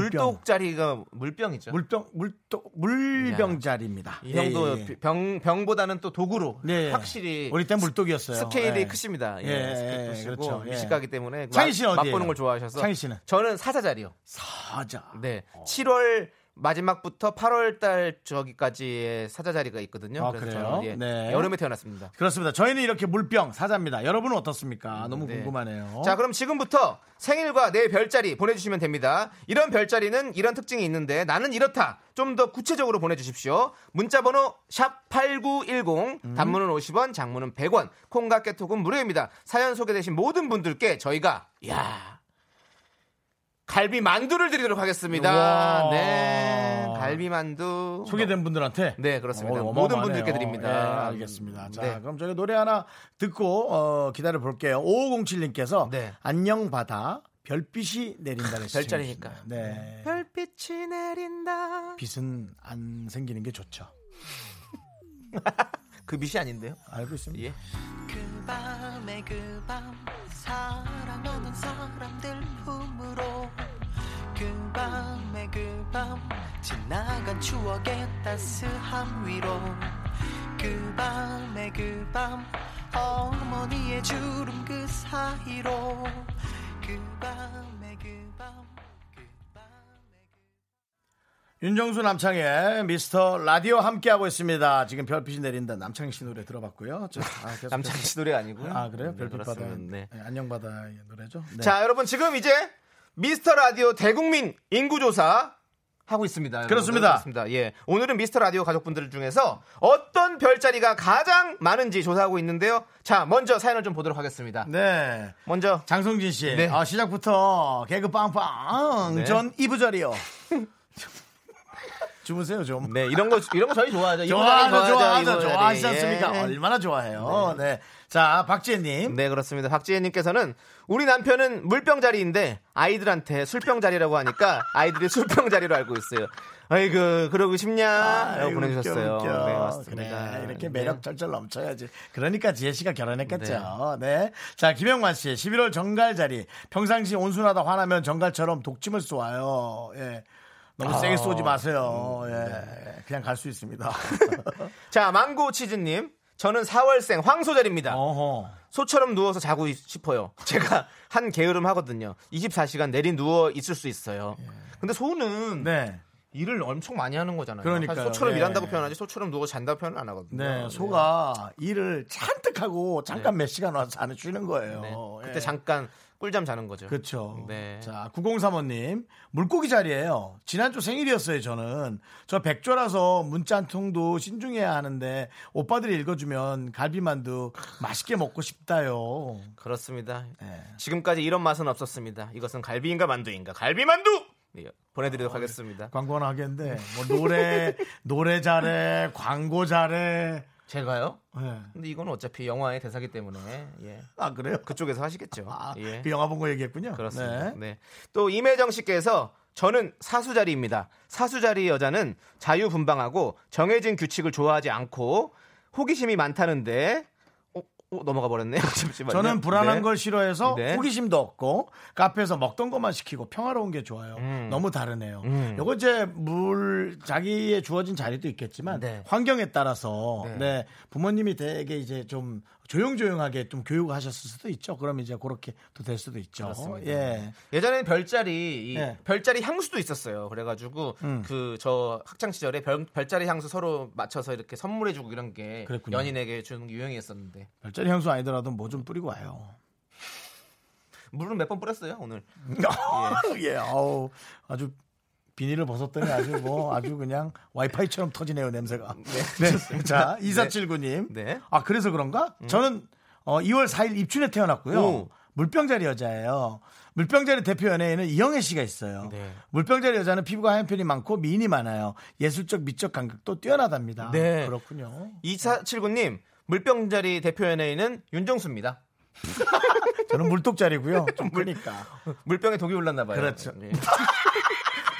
S2: 물독자리가 물병이죠.
S1: 물병 물독 물병자리입니다.
S2: 이 정도
S1: 예, 예.
S2: 병 병보다는 또 도구로
S1: 네.
S2: 확실히
S1: 우리 땐 물독이었어요.
S2: 스케일이
S1: 예.
S2: 크십니다. 예,
S1: 예,
S2: 스케일
S1: 예,
S2: 크시고
S1: 그렇죠. 예.
S2: 미식가기 때문에
S1: 창희 씨는
S2: 맛-
S1: 어디예요?
S2: 맛보는 걸 좋아하셔서
S1: 창희 씨는?
S2: 저는 사자자리요.
S1: 사자.
S2: 네. 7월 마지막부터 8월 달 저기까지의 사자 자리가 있거든요.
S1: 아,
S2: 그래서
S1: 그래요?
S2: 저는 예,
S1: 네.
S2: 여름에 태어났습니다.
S1: 그렇습니다. 저희는 이렇게 물병 사자입니다. 여러분은 어떻습니까? 너무
S2: 네.
S1: 궁금하네요.
S2: 자, 그럼 지금부터 생일과 내 별자리 보내주시면 됩니다. 이런 별자리는 이런 특징이 있는데 나는 이렇다. 좀 더 구체적으로 보내주십시오. 문자번호 샵 8910,
S1: 음.
S2: 단문은 50원, 장문은 100원, 콩과 깨톡은 무료입니다. 사연 소개되신 모든 분들께 저희가, 야 갈비 만두를 드리도록 하겠습니다.
S1: 우와.
S2: 네. 갈비 만두.
S1: 소개된 분들한테
S2: 뭐 네, 그렇습니다.
S1: 어마어마하네요.
S2: 모든 분들께 드립니다.
S1: 예, 알겠습니다. 자,
S2: 네.
S1: 그럼 저희 노래 하나 듣고 어, 기다려 볼게요. 5507님께서
S2: 네.
S1: 안녕 바다 별빛이 내린다는
S2: 별자리니까.
S1: 시청해주셨네요. 네.
S2: 별빛이 내린다.
S1: 빛은 안 생기는 게 좋죠.
S2: 그 빛이 아닌데요?
S1: 알고 있습니다.
S2: 예.
S5: 그 밤에 그 밤 사랑하는 사람들 품으로 그 밤에 그 밤 지나간 추억의 따스함 위로 그 밤에 그 밤 어머니의 주름 그 사이로 그 밤에 그밤그 밤에
S1: 윤정수 남창의 미스터 라디오 함께하고 있습니다. 지금 별빛이 내린다. 남창희 씨 노래 들어봤고요. 저- 아, 계속-
S2: 남창희 씨 노래 아니고요.
S1: 아, 그래요?
S2: 네,
S1: 별빛 바다.
S2: 그렇습니다. 네.
S1: 네, 안녕 바다의 노래죠. 네.
S2: 자, 여러분 지금 이제 미스터 라디오 대국민 인구 조사 하고 있습니다. 여러분들.
S1: 그렇습니다.
S2: 그렇습니다. 예. 오늘은 미스터 라디오 가족분들 중에서 어떤 별자리가 가장 많은지 조사하고 있는데요. 자, 먼저 사연을 좀 보도록 하겠습니다.
S1: 네.
S2: 먼저
S1: 장성진 씨.
S2: 네.
S1: 아, 시작부터 개그 빵빵.
S2: 네.
S1: 전 이부자리요. 주무세요, 좀.
S2: 네, 이런 거 이런 거 저희 좋아하죠. 네. 이거
S1: 좋아하죠,
S2: 좋아하죠,
S1: 좋아하죠.
S2: 이거
S1: 좋아하지
S2: 예.
S1: 않습니까? 얼마나 좋아해요. 네. 자, 박지혜님.
S2: 네 그렇습니다. 박지혜님께서는 우리 남편은 물병 자리인데 아이들한테 술병 자리라고 하니까 아이들이 술병 자리로 알고 있어요. 아이고 그러고 싶냐라고
S1: 아이고,
S2: 보내주셨어요.
S1: 웃겨, 웃겨.
S2: 네 맞습니다.
S1: 그래, 이렇게
S2: 네.
S1: 매력 절절 넘쳐야지. 그러니까 지혜 씨가 결혼했겠죠. 네. 자, 김영만 씨. 11월 정갈 자리. 평상시 온순하다 화나면 정갈처럼 독침을 쏘아요. 예. 너무
S2: 아,
S1: 세게 쏘지 마세요.
S2: 음, 네.
S1: 예. 그냥 갈 수 있습니다.
S2: 자 망고 치즈님. 저는 4월생 황소절입니다.
S1: 어허.
S2: 소처럼 누워서 자고 있- 싶어요. 제가 한 게으름 하거든요. 24시간 내리 누워 있을 수 있어요. 근데 소는
S1: 예. 네.
S2: 일을 엄청 많이 하는 거잖아요.
S1: 그러니까요.
S2: 사실 소처럼
S1: 네.
S2: 일한다고 표현하지 소처럼 누워 잔다고 표현 안 하거든요.
S1: 네, 소가 일을 잔뜩 하고 잠깐 몇 시간 와서 자는 쉬는 거예요.
S2: 네.
S1: 예.
S2: 그때 잠깐 꿀잠 자는 거죠.
S1: 그렇죠.
S2: 네.
S1: 자, 9035님 물고기 자리예요. 지난주 생일이었어요. 저는 저 백조라서 문자 한 통도 신중해야 하는데 오빠들이 읽어주면 갈비만두 맛있게 먹고 싶다요.
S2: 그렇습니다.
S1: 네.
S2: 지금까지 이런 맛은 없었습니다. 이것은 갈비인가 만두인가 갈비만두 예, 보내드리도록 하겠습니다.
S1: 광고는 하겠는데 뭐 노래 노래 잘해, 광고 잘해.
S2: 제가요?
S1: 예.
S2: 근데 이건 어차피 영화의 대사기 때문에 예.
S1: 아 그래요?
S2: 그쪽에서 하시겠죠.
S1: 아,
S2: 예.
S1: 그 영화 본 거 얘기했군요.
S2: 그렇습니다.
S1: 네.
S2: 네. 또 임혜정 씨께서 저는 사수자리입니다. 사수자리 여자는 자유분방하고 정해진 규칙을 좋아하지 않고 호기심이 많다는데 어, 어, 넘어가 버렸네요. 잠시만요.
S1: 저는 불안한
S2: 네.
S1: 걸 싫어해서
S2: 네.
S1: 호기심도 없고 카페에서 먹던 것만 시키고 평화로운 게 좋아요.
S2: 음.
S1: 너무 다르네요. 요거 이제 물 자기의 주어진 자리도 있겠지만
S2: 네.
S1: 환경에 따라서 네. 부모님이 되게 이제 좀 조용조용하게 좀 교육하셨을 수도 있죠. 그럼 이제 그렇게 또 될 수도 있죠.
S2: 그렇습니다.
S1: 예.
S2: 예전에는 별자리 이
S1: 네. 음.
S2: 별자리 향수도 있었어요. 그래가지고 그 저 학창 시절에 별, 별자리 향수 서로 맞춰서 이렇게 선물해주고 이런 게
S1: 그랬군요.
S2: 연인에게 주는 게 유행이었었는데
S1: 별자리 향수 아니더라도 뭐 좀 뿌리고 와요.
S2: 물은 몇 번 뿌렸어요 오늘.
S1: 음? 예. 아우 아주 비닐을 벗었더니 아주 뭐 아주 그냥 와이파이처럼 터지네요 냄새가. 네. 자 이사칠구님.
S2: 네. 음.
S1: 아 그래서 그런가? 저는 어, 2월 4일 입춘에 태어났고요.
S2: 오.
S1: 물병자리 여자예요. 물병자리 대표 연예인은 이영애 씨가 있어요.
S2: 네.
S1: 물병자리 여자는 피부가 하얀 편이 많고 미인이 많아요. 예술적 미적 감각도 뛰어나답니다.
S2: 네.
S1: 그렇군요.
S2: 2479님 물병자리 대표 연예인은 윤정수입니다.
S1: 저는 물독자리고요. 좀 그러니까.
S2: 물병에 독이 올랐나 봐요.
S1: 그렇죠.
S2: 예.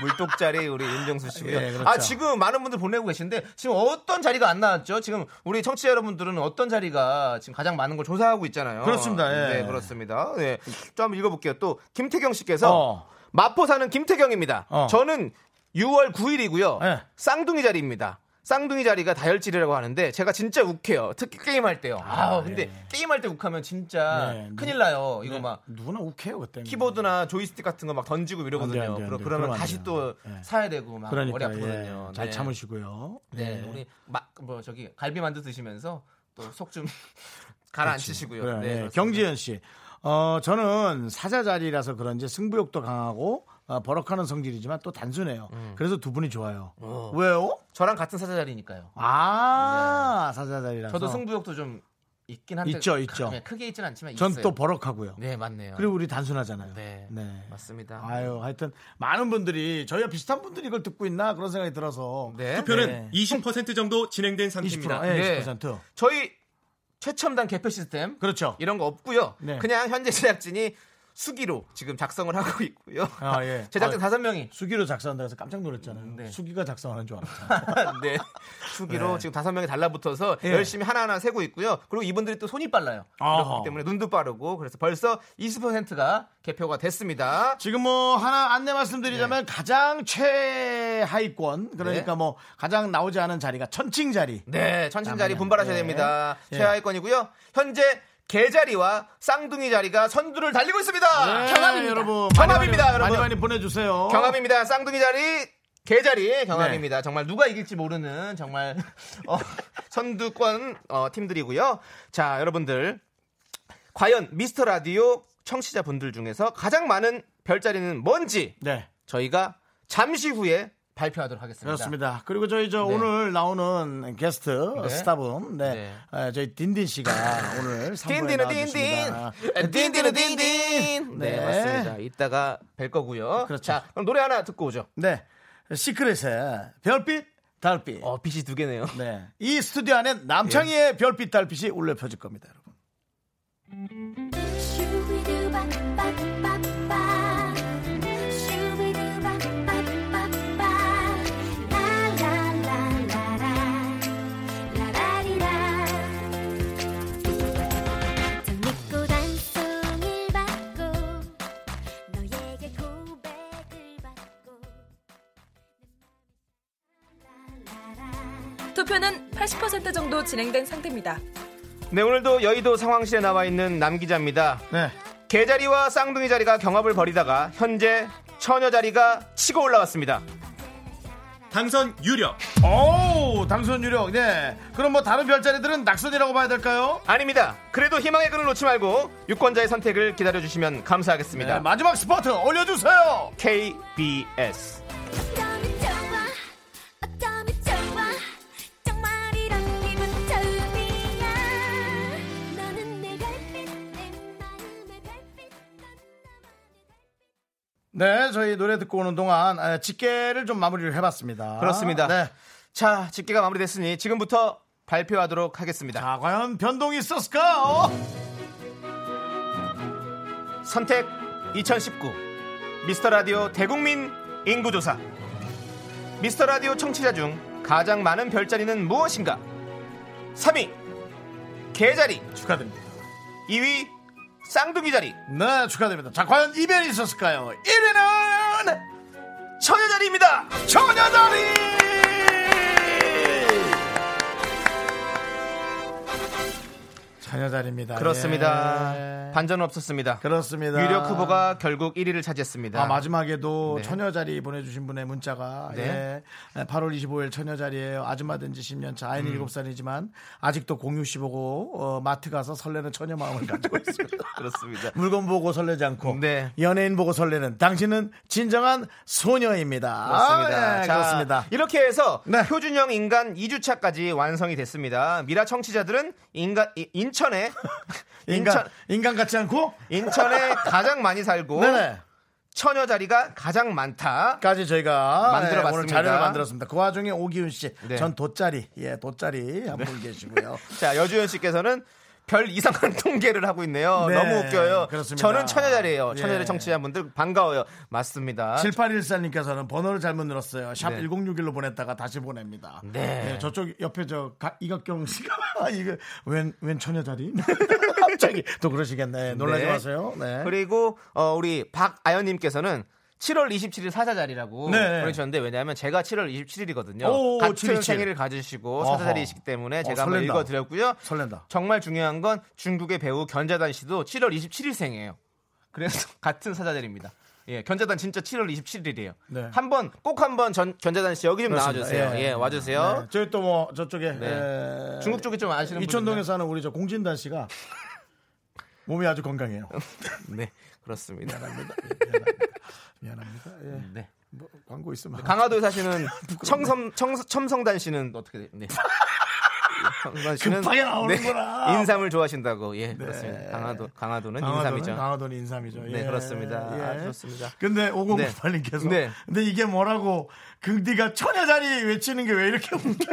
S2: 물독 자리 우리 윤정수 씨고요.
S1: 예, 그렇죠.
S2: 아 지금 많은 분들 보내고 계신데 지금 어떤 자리가 안 나왔죠? 지금 우리 청취자 여러분들은 어떤 자리가 지금 가장 많은 걸 조사하고 있잖아요.
S1: 그렇습니다. 예.
S2: 네 그렇습니다. 네, 좀 한번 읽어볼게요. 또 김태경 씨께서
S1: 어.
S2: 마포 사는 김태경입니다.
S1: 어.
S2: 저는 6월 9일이고요.
S1: 예.
S2: 쌍둥이 자리입니다. 쌍둥이 자리가 다혈질이라고 하는데 제가 진짜 욱해요. 특히 게임 할 때요. 아, 근데 게임 할 때 욱하면 진짜
S1: 예. 네,
S2: 큰일 나요. 이거 막
S1: 누구나 욱해요 그때.
S2: 키보드나 조이스틱 같은 거 막 던지고 이러거든요.
S1: 안 돼, 안 돼, 안 돼.
S2: 그러, 그러면
S1: 그러면
S2: 다시
S1: 안 돼요.
S2: 또
S1: 예.
S2: 사야 되고 막
S1: 그러니까
S2: 아, 머리 아프거든요.
S1: 예. 잘
S2: 네.
S1: 참으시고요. 예.
S2: 네, 우리 막뭐 저기 갈비 만두 드시면서 또 속 좀 가라앉히시고요.
S1: 그래요.
S2: 네,
S1: 예.
S2: 그렇습니다.
S1: 경지현 씨. 어, 저는 사자 자리라서 그런지 승부욕도 강하고 어, 버럭하는 성질이지만 또 단순해요.
S2: 음.
S1: 그래서 두 분이 좋아요.
S2: 어.
S1: 왜요?
S2: 저랑 같은 사자 자리니까요.
S1: 아, 사자 자리라서.
S2: 네. 저도 승부욕도 좀 있긴 한데 네,
S1: 있죠, 있죠.
S2: 크- 크게 있진 않지만
S1: 전
S2: 있어요.
S1: 또 버럭하고요.
S2: 네, 맞네요.
S1: 그리고 우리 단순하잖아요.
S2: 네, 맞습니다.
S1: 아유, 하여튼 많은 분들이 저희와 비슷한 분들이 이걸 듣고 있나 그런 생각이 들어서
S2: 네.
S6: 투표는 20% 정도 진행된 상태입니다.
S1: 20%, 예,
S2: 네.
S1: 20%.
S2: 저희 최첨단 개표 시스템
S1: 그렇죠.
S2: 이런 거 없고요.
S1: 네.
S2: 그냥 현재 제작진이 수기로 지금 작성을 하고 있고요.
S1: 아, 예.
S2: 제작진
S1: 아,
S2: 다섯 명이
S1: 수기로 작성한다 해서 깜짝 놀랐잖아요.
S2: 네.
S1: 수기가 작성하는 줄 알았잖아요.
S2: 네. 수기로 지금 다섯 명이 달라붙어서
S1: 예.
S2: 열심히 하나하나 세고 있고요. 그리고 이분들이 또 손이 빨라요.
S1: 아하.
S2: 그렇기 때문에 눈도 빠르고 그래서 벌써 20%가 개표가 됐습니다.
S1: 지금 뭐 하나 안내 말씀드리자면 가장 최하위권 그러니까
S2: 네.
S1: 뭐 가장 나오지 않은 자리가 천칭 자리.
S2: 네, 천신자리
S1: 남아요.
S2: 분발하셔야
S1: 예.
S2: 됩니다.
S1: 예.
S2: 최하위권이고요. 현재 개자리와 쌍둥이 자리가 선두를 달리고 있습니다.
S1: 네, 여러분.
S2: 경합입니다,
S1: 많이, 많이,
S2: 여러분.
S1: 많이 많이
S2: 어?
S1: 보내주세요.
S2: 경합입니다. 쌍둥이 자리, 개자리 경합입니다. 정말 누가 이길지 모르는 정말 어, 선두권 어, 팀들이고요. 자, 여러분들 과연 미스터 라디오 청취자 분들 중에서 가장 많은 별자리는 뭔지
S1: 네.
S2: 저희가 잠시 후에 발표하도록 하겠습니다.
S1: 그렇습니다. 그리고 저희 저
S2: 네.
S1: 오늘 나오는 게스트
S2: 네.
S1: 스타분 네.
S2: 네.
S1: 아, 저희 딘딘 씨가 오늘
S2: 딘딘은 딘딘, 딘딘은 딘딘. 네,
S1: 네.
S2: 맞습니다. 이따가 뵐 거고요.
S1: 그렇죠.
S2: 자, 그럼 노래 하나 듣고 오죠.
S1: 네. 시크릿의 별빛 달빛.
S2: 어, 예. 빛이 두 개네요.
S1: 네. 이 스튜디오 안에 남창희의 별빛 달빛이 울려 퍼질 겁니다, 여러분.
S7: 투표는 80% 정도 진행된 상태입니다.
S2: 네, 오늘도 여의도 상황실에 나와 있는 남 기자입니다.
S1: 네.
S2: 개자리와 쌍둥이 자리가 경합을 벌이다가 현재 처녀 자리가 치고 올라왔습니다.
S8: 당선 유력
S1: 오, 당선 유력. 네. 그럼 뭐 다른 별자리들은 낙선이라고 봐야 될까요?
S2: 아닙니다. 그래도 희망의 끈을 놓지 말고 유권자의 선택을 기다려주시면 감사하겠습니다.
S1: 네. 마지막 스포트 올려주세요.
S2: KBS.
S1: 네, 저희 노래 듣고 오는 동안 아, 집계를 좀 마무리를 해봤습니다.
S2: 그렇습니다.
S1: 네.
S2: 자, 집계가 마무리됐으니 지금부터 발표하도록 하겠습니다.
S1: 자, 과연 변동이 있었을까? 어?
S2: 선택 2019 미스터 라디오 대국민 인구조사 미스터 라디오 청취자 중 가장 많은 별자리는 무엇인가? 3위 개자리
S1: 축하드립니다.
S2: 2위 쌍둥이 자리
S1: 네, 축하드립니다. 자, 과연 이변이 있었을까요? 1위는
S2: 처녀 자리입니다. 네.
S1: 처녀다리! 처녀다리입니다.
S2: 그렇습니다.
S1: 예.
S2: 반전은 없었습니다.
S1: 그렇습니다.
S2: 유력 후보가 결국 1위를 차지했습니다.
S1: 아, 마지막에도
S2: 네.
S1: 처녀자리 보내주신 분의 문자가
S2: 네.
S1: 예, 8월 25일 처녀자리에요. 아줌마된 지 10년 차, 아이는 7살이지만 아직도 공유씨 보고 어, 마트 가서 설레는 처녀 마음을 가지고 있습니다.
S2: 그렇습니다.
S1: 물건 보고 설레지 않고
S2: 네.
S1: 연예인 보고 설레는 당신은 진정한 소녀입니다.
S2: 그렇습니다.
S1: 아, 네,
S2: 자,
S1: 그렇습니다.
S2: 이렇게 해서
S1: 네.
S2: 표준형 인간 2주차까지 완성이 됐습니다. 미라 청취자들은 인간 이- 인천에
S1: 인간 인간 같지 않고
S2: 인천 에 가장 많이 살고
S1: 네네까지
S2: 처녀 자리가 가장 많다.
S1: 저희가
S2: 만들어봤습니다.
S1: 네, 오늘 자료를 만들었습니다. 그 와중에 오기훈 씨,
S2: 네.
S1: 전 돗자리, 예 돗자리 한 분 계시고요.
S2: 자 여주현 씨께서는 별 이상한 통계를 하고 있네요.
S1: 네,
S2: 너무 웃겨요.
S1: 그렇습니다.
S2: 저는 처녀 자리예요.
S1: 예.
S2: 처녀 자리 청취자분들 반가워요. 맞습니다.
S1: 7814님께서는 번호를 잘못 눌렀어요. 샵
S2: 아, 네.
S1: 1061로 보냈다가 다시 보냅니다.
S2: 네.
S1: 예, 저쪽 옆에 저 가- 이각경 씨가 아, 이거 웬웬 처녀 자리? 갑자기 또 그러시겠네. 놀라지
S2: 네.
S1: 마세요. 네.
S2: 그리고 어, 우리 박아연님께서는 7월 27일 사자자리라고
S1: 네.
S2: 보내주셨는데 왜냐하면 제가 7월 27일이거든요.
S1: 오,
S2: 같은
S1: 727.
S2: 생일을 가지시고
S1: 어허.
S2: 사자자리이시기 때문에
S1: 어,
S2: 제가 한번
S1: 설렌다.
S2: 읽어드렸고요.
S1: 설렌다.
S2: 정말 중요한 건 중국의 배우 견자단 씨도 7월 27일생이에요. 그래서 같은 사자자리입니다. 예, 견자단 진짜 7월 27일이에요.
S1: 네.
S2: 한번 꼭 한번 전- 견자단 씨 여기 좀
S1: 그렇습니다.
S2: 나와주세요.
S1: 예.
S2: 예, 와주세요.
S1: 네, 저희 또 뭐 저쪽에
S2: 네.
S1: 에,
S2: 중국 쪽에 좀 아시는
S1: 이촌동에
S2: 분들.
S1: 사는 우리 저 공진단 씨가 몸이 아주 건강해요.
S2: 네, 그렇습니다.
S1: 미안합니다. 예.
S2: 네.
S1: 뭐 광고 있으면
S2: 강화도에 사시는 청섬 청 첨성단 씨는 어떻게 돼? 네. 첨성단 씨는 네.
S1: 급하게 나오는구나. 네.
S2: 인삼을 좋아하신다고 예 그렇습니다. 강화도 강화도는
S1: 강화도는
S2: 인삼이죠.
S1: 강화도는 인삼이죠. 예,
S2: 네, 그렇습니다. 아, 그렇습니다.
S1: 근데 5098님께서
S2: 네. 네.
S1: 근데 이게 뭐라고 긍디가 천여자리 외치는 게 왜 이렇게 웃겨?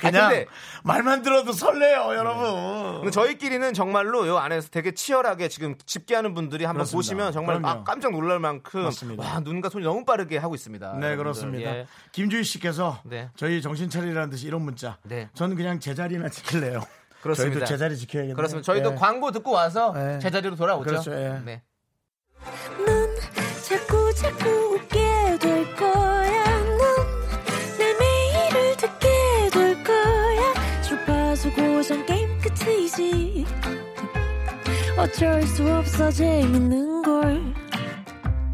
S1: 그냥
S2: 아, 근데- 네.
S1: 말만 들어도 설레요, 여러분.
S2: 근데 저희끼리는 정말로 요 안에서 되게 치열하게 지금 집계하는 분들이 한번
S1: 그렇습니다.
S2: 보시면 정말
S1: 그럼요.
S2: 막 깜짝 놀랄 만큼
S1: 맞습니다.
S2: 와 눈과 손이 너무 빠르게 하고 있습니다.
S1: 네,
S2: 여러분들.
S1: 그렇습니다.
S2: 예.
S1: 김주희 씨께서
S2: 네.
S1: 저희 정신 차리라는 듯이 이런 문자.
S2: 네.
S1: 저는 그냥 제자리나 지킬래요.
S2: 그렇습니다.
S1: 저희도 제자리 지켜야겠네요.
S2: 그렇습니다. 저희도
S1: 예.
S2: 광고 듣고 와서
S1: 예.
S2: 제자리로 돌아오죠.
S1: 그렇죠, 예.
S2: 네.
S9: 넌 자꾸 자꾸 웃게 될 거야. 넌내 매일을 듣게 될 거야. 주파수 고정 게임 끝이지. 어쩔 수 없어 재밌는 걸.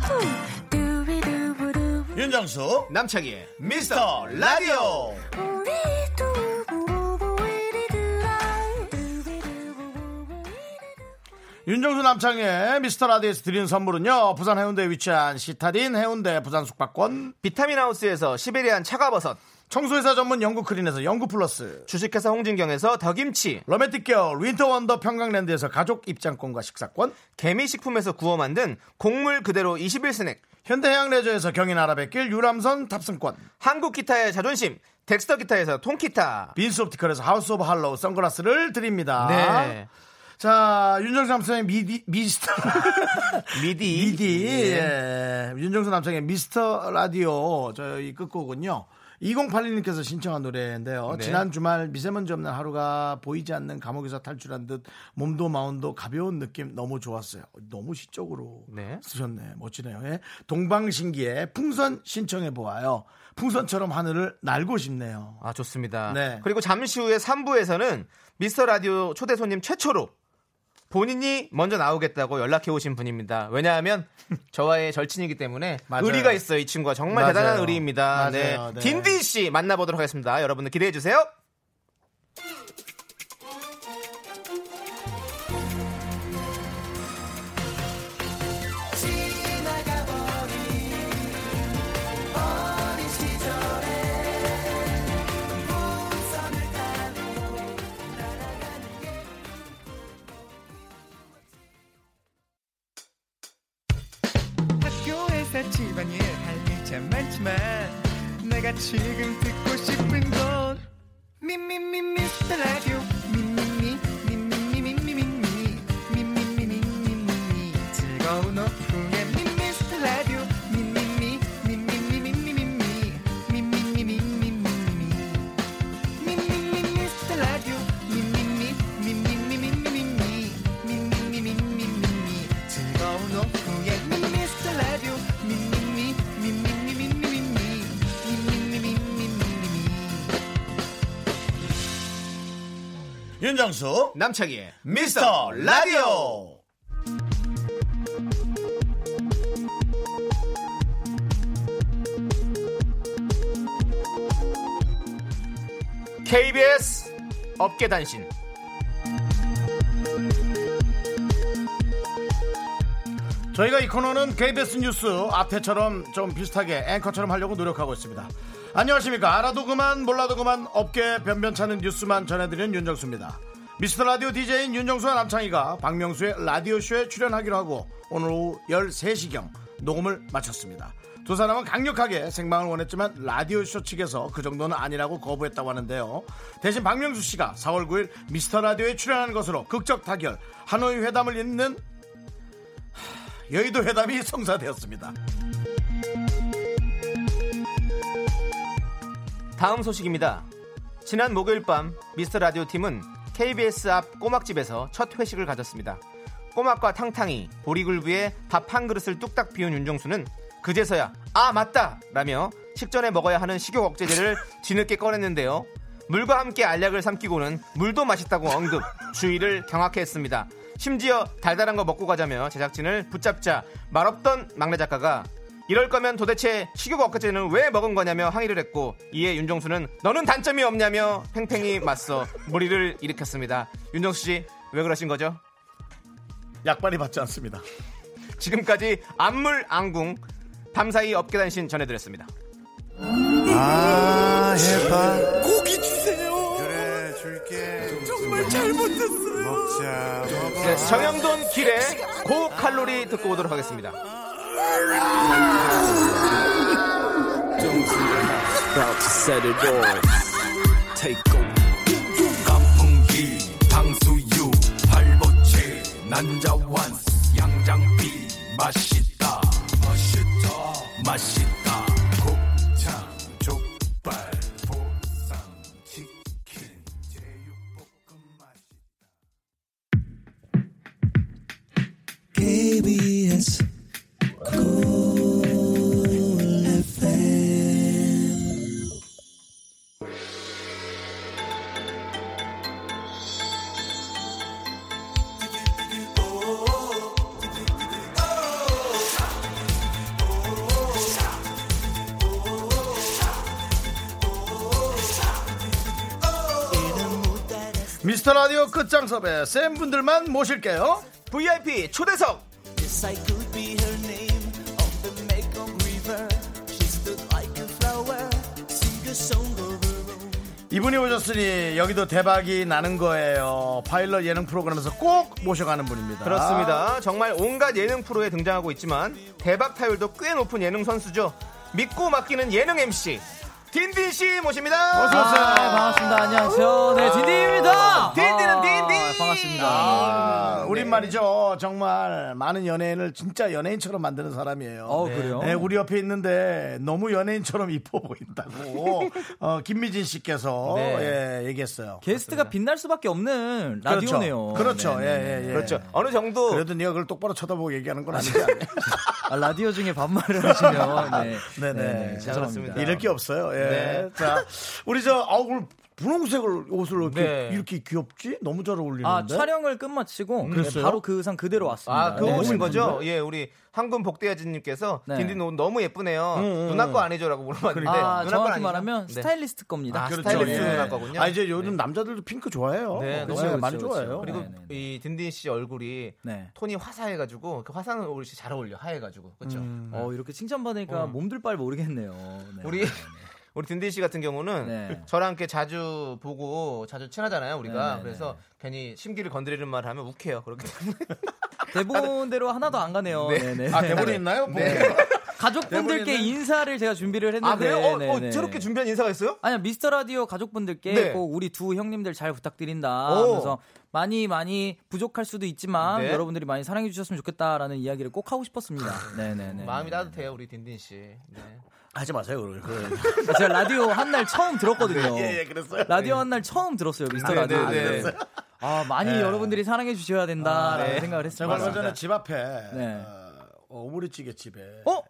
S9: 후. 두비두부두.
S1: 윤정수
S2: 남창희의
S1: 미스터 라디오.
S9: 우리 두부부부 우리 두라. 두비두부부부 우리 두라.
S1: 윤정수 남창의 미스터 라디에서 드리는 선물은요. 부산 해운대에 위치한 시타딘 해운대 부산 숙박권.
S2: 비타민 하우스에서 시베리안 차가버섯.
S1: 청소회사 전문 영국 크린에서 영구 플러스.
S2: 주식회사 홍진경에서 더김치.
S1: 로맨틱 겨울 윈터 원더 평강랜드에서 가족 입장권과 식사권.
S2: 개미식품에서 구워 만든 곡물 그대로 21스낵.
S1: 현대해양 레저에서 경인 아라뱃길 유람선 탑승권.
S2: 한국 기타의 자존심. 덱스터 기타에서 통기타.
S1: 빈스 옵티컬에서 하우스 오브 할로우 선글라스를 드립니다.
S2: 네.
S1: 자, 윤정수 남성의 미디, 미스터.
S2: 미디.
S1: 미디. 예. 윤정수 남성의 미스터 라디오 저희 끝곡은요. 2081님께서 신청한 노래인데요.
S2: 네.
S1: 지난 주말 미세먼지 없는 하루가 보이지 않는 감옥에서 탈출한 듯 몸도 마음도 가벼운 느낌 너무 좋았어요. 너무 시적으로
S2: 네.
S1: 쓰셨네. 멋지네요. 예. 동방신기의 풍선 신청해 보아요. 풍선처럼 하늘을 날고 싶네요.
S2: 아, 좋습니다.
S1: 네.
S2: 그리고 잠시 후에 3부에서는 미스터 라디오 초대 손님 최초로 본인이 먼저 나오겠다고 연락해 오신 분입니다. 왜냐하면 저와의 절친이기 때문에
S1: 맞아요.
S2: 의리가 있어요. 이 친구가 정말
S1: 맞아요.
S2: 대단한 의리입니다. 네.
S1: 맞아요. 네.
S2: 딘디 씨 만나보도록 하겠습니다. 여러분들 기대해 주세요.
S5: 학교에서 집안일 할 일 참 많지만 내가 지금 듣고 싶은 건 미미미 미스터 라디오 미미미 미미미 미미미 미미미 미미미 미미미 즐거운 오후에 미스터 라디오 미미미 미미미 미미미 미미미 미미미 미미미
S1: 윤정수
S2: 남창희의
S1: 미스터 라디오.
S2: KBS 업계단신.
S1: 저희가 이 코너는 KBS 뉴스 앞에처럼 좀 비슷하게 앵커처럼 하려고 노력하고 있습니다. 안녕하십니까. 알아도 그만 몰라도 그만 업계 변변찮은 뉴스만 전해드리는 윤정수입니다. 미스터 라디오 DJ인 윤정수와 남창희가 박명수의 라디오쇼에 출연하기로 하고 오늘 오후 13시경 녹음을 마쳤습니다. 두 사람은 강력하게 생방을 원했지만 라디오쇼 측에서 그 정도는 아니라고 거부했다고 하는데요. 대신 박명수 씨가 4월 9일 미스터 라디오에 출연하는 것으로 극적 타결, 하노이 회담을 잇는 여의도 회담이 성사되었습니다.
S2: 다음 소식입니다. 지난 목요일 밤 미스터 라디오 팀은 KBS 앞 꼬막집에서 첫 회식을 가졌습니다. 꼬막과 탕탕이, 보리굴비에 밥 한 그릇을 뚝딱 비운 윤정수는 그제서야 아 맞다 라며 식전에 먹어야 하는 식욕 억제제를 뒤늦게 꺼냈는데요. 물과 함께 알약을 삼키고는 물도 맛있다고 언급, 주의를 경악해 했습니다. 심지어 달달한 거 먹고 가자며 제작진을 붙잡자 말없던 막내 작가가 이럴 거면 도대체 식욕 억제제는 왜 먹은 거냐며 항의를 했고 이에 윤정수는 너는 단점이 없냐며 팽팽히 맞서 무리를 일으켰습니다. 윤정수 씨 왜 그러신 거죠?
S1: 약발이 받지 않습니다.
S2: 지금까지 안물 안궁 밤사이 업계단신 전해드렸습니다.
S1: 아, 해봐.
S4: 고기 주세요.
S1: 그래, 줄게.
S4: 정말 잘못했어요.
S1: 먹자.
S2: 네, 정영돈 길의 고칼로리 듣고 오도록 하겠습니다.
S10: 네,
S1: 미스터 라디오 끝장섭에 센 분들만 모실게요.
S2: VIP 초대석
S11: Yes, I could be her name on the Mekong River. She stood like a flower, sing a song of her own.
S1: 이분이 오셨으니 여기도 대박이 나는 거예요. 파일럿 예능 프로그램에서 꼭 모셔가는 분입니다.
S2: 그렇습니다. 정말 온갖 예능 프로에 등장하고 있지만 대박 타율도 꽤 높은 예능 선수죠. 믿고 맡기는 예능 MC 딘딘 씨 모십니다.
S10: 어서 오세요. 반갑습니다. 안녕하세요.
S1: 아.
S10: 네, 딘딘입니다.
S2: 딘딘은
S10: 딘딘. 아, 반갑습니다.
S1: 아, 우린 말이죠. 정말 많은 연예인을 진짜 연예인처럼 만드는 사람이에요.
S10: 어, 그래요?
S1: 네, 우리 옆에 있는데 너무 연예인처럼 이뻐 보인다고 어, 김미진 씨께서
S10: 네.
S1: 예, 얘기했어요.
S10: 게스트가 빛날 수밖에 없는
S1: 그렇죠.
S10: 라디오네요.
S1: 그렇죠.
S10: 네, 네,
S1: 예, 예,
S10: 네.
S1: 예.
S2: 그렇죠. 어느 정도
S1: 그래도 네가 그걸 똑바로 쳐다보고 얘기하는 건 아니지 않냐?
S10: 아, 라디오 중에 반말을 하시면 네.
S1: 네네.
S10: 죄송합니다.
S1: 이럴 게 없어요. 예.
S2: 네.
S1: 자, 우리 저, 아우, 오늘 분홍색 옷을 이렇게,
S2: 네.
S1: 이렇게 귀엽지? 너무 잘 어울리는데.
S10: 아, 촬영을 끝마치고
S1: 그랬어요?
S10: 바로 그 의상 그대로 왔습니다.
S2: 음. 아, 그거
S10: 네.
S2: 오신 거죠? 예, 우리 한군 복대야진님께서
S10: 네. 음,
S2: 딘딘 옷 너무 예쁘네요. 누나 거 아니죠라고 물어봤는데
S10: 아,
S2: 누나 거
S10: 정확히
S2: 아니죠?
S10: 말하면
S2: 네.
S10: 스타일리스트 겁니다.
S2: 아, 스타일리스트
S1: 예.
S2: 누나 거군요.
S1: 아, 이제 요즘 남자들도 핑크 좋아해요.
S2: 네,
S1: 너무
S2: 그렇죠, 그렇죠,
S1: 많이
S10: 그렇죠.
S1: 좋아해요. 예.
S2: 그리고
S10: 네, 네,
S2: 이 딘딘 씨 얼굴이
S10: 네.
S2: 톤이 화사해가지고 그 화사한 옷이 잘 어울려 하얘가지고 그렇죠.
S10: 어, 이렇게 칭찬받으니까 몸둘 바를 모르겠네요. 네.
S2: 우리 우리 딘딘 씨 같은 경우는
S10: 네.
S2: 저랑 이렇게 자주 보고 자주 친하잖아요 우리가
S10: 네, 네,
S2: 그래서 괜히 심기를 건드리는 말 하면 욱해요 그렇기 때문에
S10: 대본대로 하나도 안 가네요.
S2: 네.
S10: 네. 네
S1: 아, 대본이 있나요? 뭐.
S10: 가족분들께
S1: 대본에는-
S10: 인사를 제가 준비를 했는데
S2: 아 그래요? 어,
S10: 네,
S2: 어,
S10: 네.
S2: 저렇게 준비한 인사가 있어요?
S10: 아니요 미스터 라디오 가족분들께
S2: 네.
S10: 꼭 우리 두 형님들 잘 부탁드린다
S2: 오.
S10: 하면서 많이 많이 부족할 수도 있지만
S2: 네.
S10: 여러분들이 많이 사랑해 주셨으면 좋겠다라는 이야기를 꼭 하고 싶었습니다.
S2: 아.
S10: 네네네.
S2: 마음이 따뜻해요 우리 딘딘 씨 네.
S1: 하지 마세요, 그걸. 그걸.
S10: 아, 제가 라디오 한 날 처음 들었거든요.
S1: 예, 예, 그랬어요.
S10: 라디오 한 날 처음 들었어요 미스터
S2: 네,
S10: 라디오.
S2: 네, 네.
S10: 네. 아 많이 여러분들이 사랑해 주셔야 된다라는
S2: 아, 네.
S10: 생각을
S1: 제가 얼마
S10: 했습니다.
S1: 전에 집 앞에,
S10: 네.
S1: 어, 오므리찌개 집에.
S10: 어?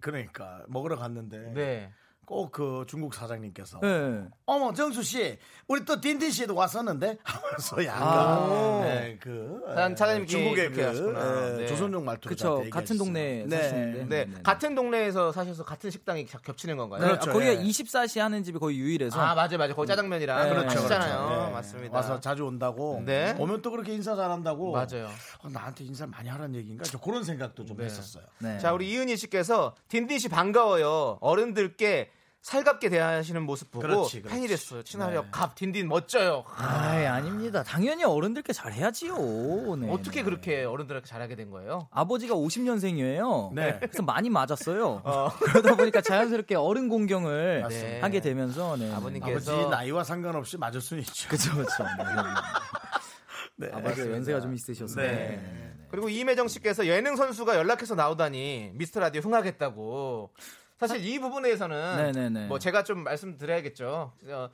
S1: 그러니까, 먹으러 갔는데.
S2: 네.
S1: 꼭 그 중국 사장님께서.
S10: 네.
S1: 어머 정수 씨 우리 또 딘딘 씨도 왔었는데
S10: 아.
S1: 하면서 약간 네, 그
S2: 사장-
S1: 에,
S2: 사장님께
S1: 중국의
S2: 그렇게 하셨구나.
S1: 그
S2: 네.
S1: 조선족 말투
S10: 그쵸, 같은 동네에 사시는데.
S2: 네,
S10: 네, 네, 네.
S2: 같은 동네에서 사셔서 같은 식당이 겹- 겹치는 건가요?
S10: 네,
S1: 음, 그렇죠,
S10: 아, 거기가
S1: 예.
S10: 24시 하는 집이 거의 유일해서
S2: 아 맞아요 맞아요 거기 짜장면이랑
S10: 네, 그렇죠,
S2: 아시잖아요
S1: 그렇죠. 네.
S2: 맞습니다
S1: 와서 자주 온다고
S2: 네.
S1: 오면 또 그렇게 인사 잘한다고
S2: 맞아요.
S1: 어, 나한테 인사 많이 하라는 얘기인가 저 그런 생각도 좀 했었어요
S10: 네.
S2: 자 우리 이은희 씨께서 딘딘 씨 반가워요 어른들께 살갑게 대하시는 모습 보고
S1: 그렇지, 네. 그렇지.
S2: 팬이 됐어요 친화력 갑 딘딘 멋져요
S10: 아, 아닙니다. 당연히 어른들께 잘 해야지요. 네,
S2: 어떻게
S10: 네.
S2: 그렇게 어른들한테 잘하게 된 거예요?
S10: 아버지가 50년생이에요.
S1: 네.
S10: 그래서 많이 맞았어요. 그러다 보니까 자연스럽게 어른 공경을
S2: 네.
S10: 하게 되면서 네.
S2: 아버님께서
S1: 아버지 나이와 상관없이 맞을 수는 있죠
S10: 그렇죠, 그렇죠.
S1: 네.
S10: 아버지가 연세가 좀 있으셔서.
S1: 네.
S10: 네.
S2: 그리고 이매정 씨께서 예능 선수가 연락해서 나오다니 미스터 라디오 흥하겠다고. 사실 이 부분에서는
S10: 네네네.
S2: 뭐 제가 좀 말씀드려야겠죠. 어,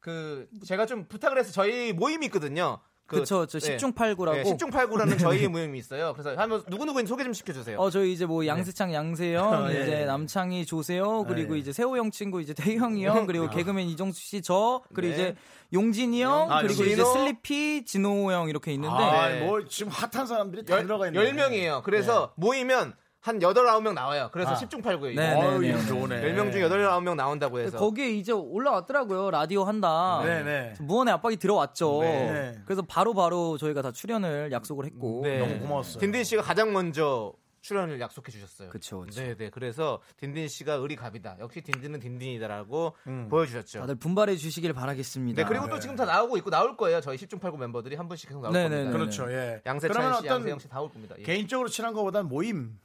S2: 그 제가 좀 부탁을 해서 저희 모임이 있거든요. 그,
S10: 그쵸, 저 십중팔구라고.
S2: 네, 십중팔구라는 저희 모임이 있어요. 그래서 한번 누구 누구인지 소개 좀 시켜주세요.
S10: 어, 저희 이제
S2: 네.
S10: 뭐 양세창, 양세형,
S2: 어,
S1: 예,
S10: 이제
S1: 예.
S10: 남창희, 조세호, 그리고
S1: 예.
S10: 이제 세호 형 친구 이제 태형이 형, 그리고 개그맨 이정수 씨, 저, 그리고
S2: 아. 네.
S10: 이제 용진이 형,
S1: 아,
S10: 그리고
S2: 용진호.
S10: 이제 슬리피, 진호 형 이렇게 있는데
S1: 아,
S2: 네.
S1: 뭐 지금 핫한 사람들이 다
S2: 열,
S1: 들어가 있네
S2: 열 명이에요. 그래서 모이면 한 여덟 아홉 명 나와요. 그래서 십중팔구예요.
S10: 네, 네,
S1: 어우
S10: 네,
S1: 이거
S10: 네.
S1: 좋네
S2: 열 명 중에 여덟 아홉 명 나온다고 해서
S10: 거기에 이제 올라왔더라고요. 라디오 한다.
S1: 네네
S10: 무언의 압박이 들어왔죠.
S1: 네.
S10: 그래서 바로바로 저희가 다 출연을 약속을 했고.
S2: 네.
S1: 너무 고마웠어요
S2: 딘딘 씨가 가장 먼저 출연을 약속해 주셨어요.
S10: 그쵸, 그쵸.
S2: 네, 네. 그래서 딘딘 씨가 의리갑이다. 역시 딘딘은 딘딘이다라고 보여주셨죠.
S10: 음. 다들 아, 분발해 주시길 바라겠습니다.
S2: 네, 그리고 또 지금 다 나오고 있고 나올 거예요. 저희 10중8구 멤버들이 한 분씩 계속 나올
S10: 네,
S2: 겁니다.
S10: 네, 네.
S1: 그렇죠 예
S2: 양세찬
S1: 그러면
S2: 씨,
S1: 어떤
S2: 양세형 씨 다 올 겁니다. 예.
S1: 개인적으로 친한 것보단 모임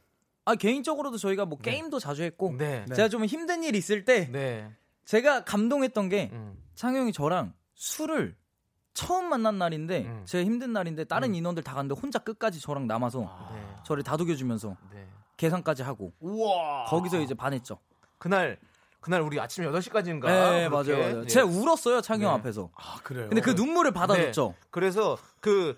S10: 아, 개인적으로도 저희가 뭐 게임도 자주 했고.
S2: 네.
S10: 제가 좀 힘든 일 있을 때
S2: 네.
S10: 제가 감동했던 게
S2: 음.
S10: 창용이 저랑 술을 처음 만난 날인데
S2: 음.
S10: 제가 힘든 날인데 다른 인원들 다 갔는데 혼자 끝까지 저랑 남아서
S2: 네.
S10: 저를 다독여주면서
S2: 네.
S10: 계산까지 하고
S1: 우와
S10: 거기서 이제 반했죠.
S2: 그날 그날 우리 아침 8시까지인가 그렇게.
S10: 네, 맞아요. 맞아요.
S2: 예.
S10: 제가 울었어요 창용
S2: 네.
S10: 앞에서.
S1: 아, 그래요
S10: 근데 그 눈물을 받아줬죠.
S2: 네. 그래서 그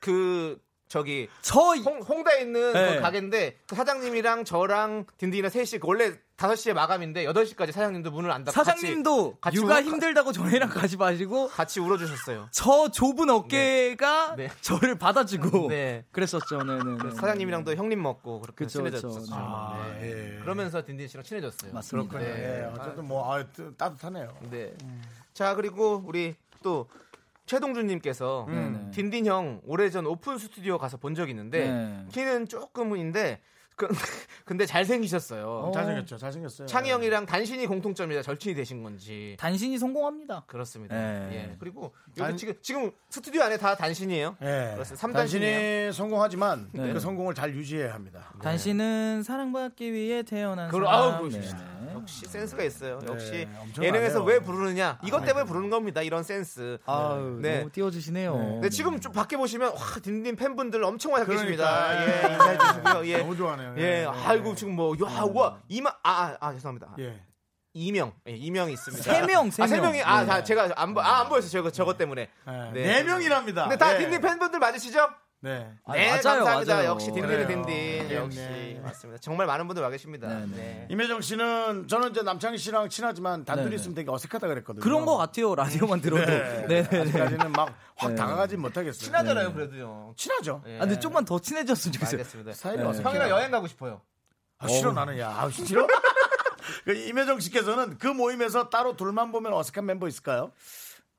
S2: 그 저기
S10: 저 이-
S2: 홍, 홍대에 있는
S10: 네.
S2: 그 가게인데 그 사장님이랑 저랑 딘딘이랑 셋이 원래 5시에 마감인데 8시까지 사장님도 문을 안 닫고
S10: 사장님도
S2: 같이, 같이
S10: 육아
S2: 울어-
S10: 힘들다고 저희랑 같이 마시고
S2: 같이 울어주셨어요.
S10: 저 좁은 어깨가
S2: 네. 네.
S10: 저를 받아주고
S2: 네.
S10: 그랬었죠. 네, 네, 네.
S2: 사장님이랑도 형님 먹고 그렇게
S10: 그쵸,
S2: 친해졌죠. 아,
S10: 그쵸. 네.
S1: 예.
S2: 네. 그러면서 딘딘 씨랑 친해졌어요.
S10: 맞습니다.
S1: 그렇군요. 예, 어쨌든 뭐 아, 뜨- 따뜻하네요.
S2: 네. 자 그리고 우리 또 최동준님께서
S10: 음. 네네.
S2: 딘딘 형 오래전 오픈 스튜디오 가서 본 적 있는데
S10: 네.
S2: 키는 조금인데 그- 근데 잘생기셨어요.
S1: 잘생겼죠.
S10: 네.
S1: 잘생겼어요.
S2: 창희 형이랑 단신이 공통점이다. 절친이 되신 건지.
S10: 단신이 성공합니다.
S2: 그렇습니다.
S10: 네.
S2: 예. 그리고 여기
S1: 단-
S2: 지금 지금 스튜디오 안에 다 단신이에요.
S1: 예.
S2: 그렇습니다. 3단신이에요.
S1: 당신이 성공하지만
S10: 네.
S1: 그 성공을 잘 유지해야 합니다.
S10: 단신은 사랑받기 위해 태어난
S2: 그러-
S10: 사람.
S2: 아우,
S10: 네.
S2: 역시 센스가 있어요. 역시
S10: 엄청나네요.
S2: 예능에서 왜 부르느냐 이것 때문에 부르는 겁니다. 이런 센스.
S10: 아유,
S2: 네.
S10: 너무 띄워주시네요.
S2: 네, 지금 좀 밖에 보시면 와 딘딘 팬분들 엄청 많이
S1: 그러니까.
S2: 계십니다. 예, 인사해 주시고요. 예.
S1: 너무 좋아하네요.
S2: 예,
S1: 네.
S2: 아이고 지금 뭐야와 이만 아, 아, 아, 죄송합니다.
S1: 예.
S2: 이명, 예, 이명이 있습니다.
S10: 세 명, 세
S2: 아, 세
S10: 명.
S2: 명이 아,
S10: 네.
S2: 다 제가 안, 보- 아, 안 보였어요. 저거 저것 때문에.
S1: 네. 네 명이랍니다.
S2: 근데 다
S1: 예.
S2: 딘딘 팬분들 맞으시죠?
S1: 네.
S10: 아,
S2: 네,
S10: 맞아요,
S2: 감사합니다.
S10: 맞아요.
S2: 역시 딘딘은
S1: 그래요.
S2: 딘딘.
S1: 네,
S2: 역시
S1: 네.
S2: 맞습니다. 정말 많은 분들 와 계십니다. 네.
S1: 임혜정 씨는 저는 이제 남창희 씨랑 친하지만 단둘이
S10: 네, 네.
S1: 있으면 되게 어색하다 그랬거든요.
S10: 그런 것 같아요. 라디오만 들어도.
S1: 네.
S10: 네. 네.
S1: 아직까지는 막 확
S10: 네.
S1: 다가가진 못하겠어요.
S2: 친하잖아요, 그래도요.
S1: 친하죠.
S10: 아, 근데 좀만 더 친해졌으면 좋겠어요.
S2: 네. 알겠습니다.
S1: 사이가
S10: 네.
S1: 어색해요.
S2: 형이랑 여행 가고 싶어요.
S1: 아, 싫어 나는 야 아, 싫어. 그 임혜정 씨께서는 그 모임에서 따로 둘만 보면 어색한 멤버 있을까요?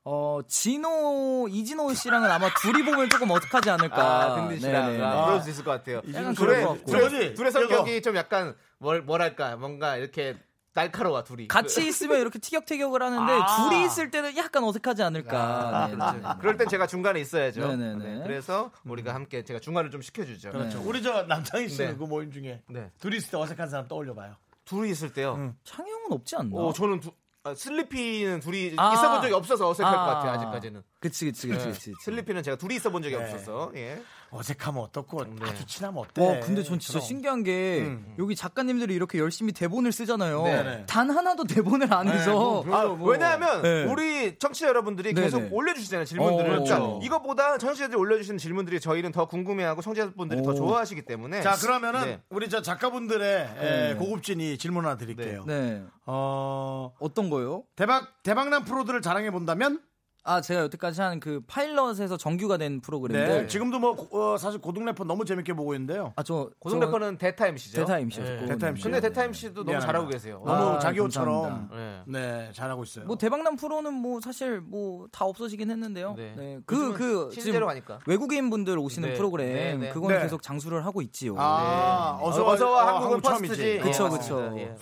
S10: 어, 진호, 이진호 씨랑은 아마 둘이 보면 조금 어색하지 않을까.
S2: 아, 딘딘 씨랑
S10: 네네.
S2: 아, 그럴 수 있을 것 같아요. 둘의,
S10: 약간 그럴 것 같고.
S2: 둘의,
S1: 저거지?
S2: 둘의
S1: 저거.
S2: 성격이 좀 약간 뭘, 뭐랄까 뭔가 이렇게 날카로워 둘이.
S10: 같이 있으면 이렇게 티격태격을 하는데
S2: 아.
S10: 둘이 있을 때는 약간 어색하지 않을까. 네, 네, 네.
S2: 그럴 땐 제가 중간에 있어야죠.
S10: 네네네.
S2: 네, 그래서 우리가 함께 제가 중간을 좀 시켜주죠.
S1: 그렇죠. 우리 저 남창희 씨는
S2: 네.
S1: 그 모임 중에
S2: 네.
S1: 둘이 있을 때 어색한 사람 떠올려봐요.
S2: 둘이 있을 때요.
S1: 음.
S10: 창영은 없지 않나?
S2: 어, 저는 두, 아, 슬리피는 둘이
S10: 아.
S2: 있어본 적이 없어서 어색할 것
S10: 아.
S2: 같아요. 아직까지는.
S10: 그치, 그치, 그치, 그치.
S2: 네,
S10: 그치.
S2: 슬리피는 제가 둘이 있어본 적이
S1: 네.
S2: 없어서. 예.
S1: 어색하면 어떻고 아주 친하면 어때?
S2: 네,
S10: 와, 근데 전 진짜
S1: 그럼.
S10: 신기한 게 여기 작가님들이 이렇게 열심히 대본을 쓰잖아요.
S2: 음, 네네.
S10: 단 하나도 대본을 안 해서
S1: 뭐,
S2: 아, 왜냐하면
S10: 네.
S2: 우리 청취자 여러분들이
S10: 네,
S2: 계속
S10: 네.
S2: 올려주시잖아요 질문들을
S10: 어,
S2: 그러니까
S10: 그렇죠.
S2: 이거보다 청취자들이 올려주시는 질문들이 저희는 더 궁금해하고 청취자분들이 더
S10: 오.
S2: 좋아하시기 때문에
S1: 자 그러면은
S2: 네.
S1: 우리 저 작가분들의 에, 고급진이 질문 하나 드릴게요.
S10: 네.
S1: 어
S10: 어떤 거요?
S1: 대박 대박난 프로들을 자랑해 본다면
S10: 아, 제가 여태까지 한 그 파일럿에서 정규가 된
S1: 네.
S10: 프로그램들.
S1: 지금도 뭐 고- 어, 사실 고등 래퍼 너무 재밌게 보고 있는데요.
S10: 아, 저
S2: 고성 래퍼는 대타 MC죠.
S10: 대타 MC였고.
S1: 대타 MC.
S2: 근데 대타 MC도 너무
S1: 미안합니다.
S2: 잘하고 계세요.
S1: 너무
S10: 아,
S1: 자기 옷처럼
S2: 감사합니다.
S1: 네 잘하고 있어요.
S10: 뭐 대박난 프로는 뭐 사실 뭐 다 없어지긴 했는데요.
S2: 네.
S10: 네.
S2: 요즘은
S10: 그, 그,
S2: 실제로 하니까.
S10: 외국인 분들 오시는
S2: 네.
S10: 프로그램.
S2: 네, 네.
S10: 그거는
S1: 네.
S10: 계속 장수를 하고 있지요.
S1: 아 어서
S2: 어서와,
S1: 어,
S2: 한국은
S1: 한국
S2: 퍼스트지.
S1: 처음이지.
S2: 예,
S10: 그쵸,
S2: 맞습니다.
S10: 그쵸.
S2: 예.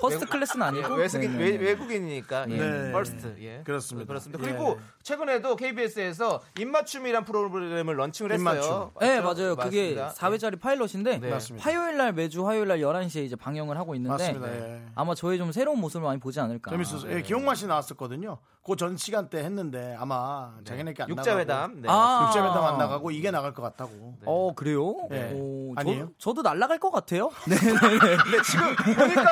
S10: 퍼스트 클래스는 아니고.
S2: 외국인
S10: 네, 네,
S2: 외,
S10: 네.
S2: 외국인이니까 예.
S1: 네.
S2: 퍼스트 예.
S1: 그렇습니다.
S2: 그렇습니다. 그리고 최근에도 KBS에서 입맞춤이란 프로그램을 런칭을 했어요.
S10: 네, 맞아요. 그게
S2: 맞습니다.
S10: 4회짜리 파일럿인데
S2: 네. 맞습니다.
S10: 화요일 날 매주 화요일 날 11시에 이제 방영을 하고 있는데
S1: 맞습니다. 예.
S10: 아마 저의 좀 새로운 모습을 많이 보지
S2: 아,
S10: 않을까.
S1: 재밌었어요.
S2: 네.
S1: 예, 기용만 씨 나왔었거든요. 그 전 시간 때 했는데 아마 자기네끼리 안 나가고
S2: 육자회담. 네.
S10: 아.
S1: 육자회담 안 나가고 이게 나갈 것 같다고.
S10: 어, 그래요?
S1: 네.
S10: 오,
S1: 아니에요?
S10: 저, 도 날라갈 것 같아요. 네, 네, 네.
S2: 근데 지금 보니까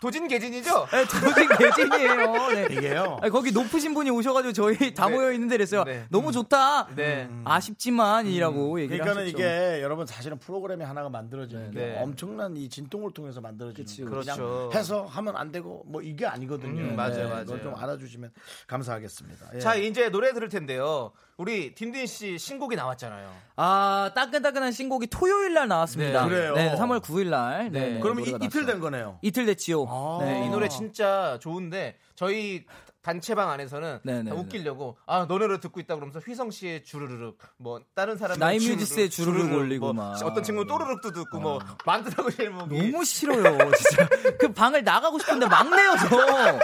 S2: 도진 개진이죠?
S10: 네, 도직 개진이에요. 네.
S1: 이게요.
S10: 아니, 거기 높으신 분이 오셔가지고 저희 다
S2: 네.
S10: 모여 있는데 그랬어요.
S2: 네.
S10: 너무 좋다.
S2: 네.
S10: 음, 아쉽지만이라고 얘기를
S1: 음. 그러니까는
S10: 하셨죠.
S1: 이게 여러분 사실은 프로그램이 하나가 만들어지는 게
S2: 네.
S1: 엄청난 이 진통을 통해서 만들어지는
S10: 그치,
S1: 거예요.
S2: 그렇죠.
S1: 그냥 해서 하면 안 되고 뭐 이게 아니거든요.
S2: 음, 맞아요, 맞아요.
S1: 그걸 좀 알아주시면
S10: 네.
S1: 감사하겠습니다. 예.
S2: 자 이제 노래 들을 텐데요. 우리 딘딘 씨 신곡이 나왔잖아요.
S10: 아 따끈따끈한 신곡이 토요일 날 나왔습니다.
S2: 네,
S1: 그래요.
S10: 3월 9일 날. 네. 네,
S1: 그러면 이,
S10: 노래가
S1: 이틀
S10: 나왔어요.
S1: 된 거네요.
S10: 이틀 됐지요.
S1: 아.
S10: 네.
S2: 이 노래 진짜 좋은데 저희 단체방 안에서는
S10: 네네네.
S2: 다 웃기려고 아 너네를 듣고 있다 그러면서 휘성 씨의 주르륵 뭐 다른 사람
S10: 나이뮤지스의 주르륵 올리고
S2: 뭐
S10: 막.
S2: 어떤 친구는 또르륵도 듣고 뭐 만두라고 뭐 제목이
S10: 너무 싫어요, 진짜. 그 방을 나가고 싶은데 막내요, 저.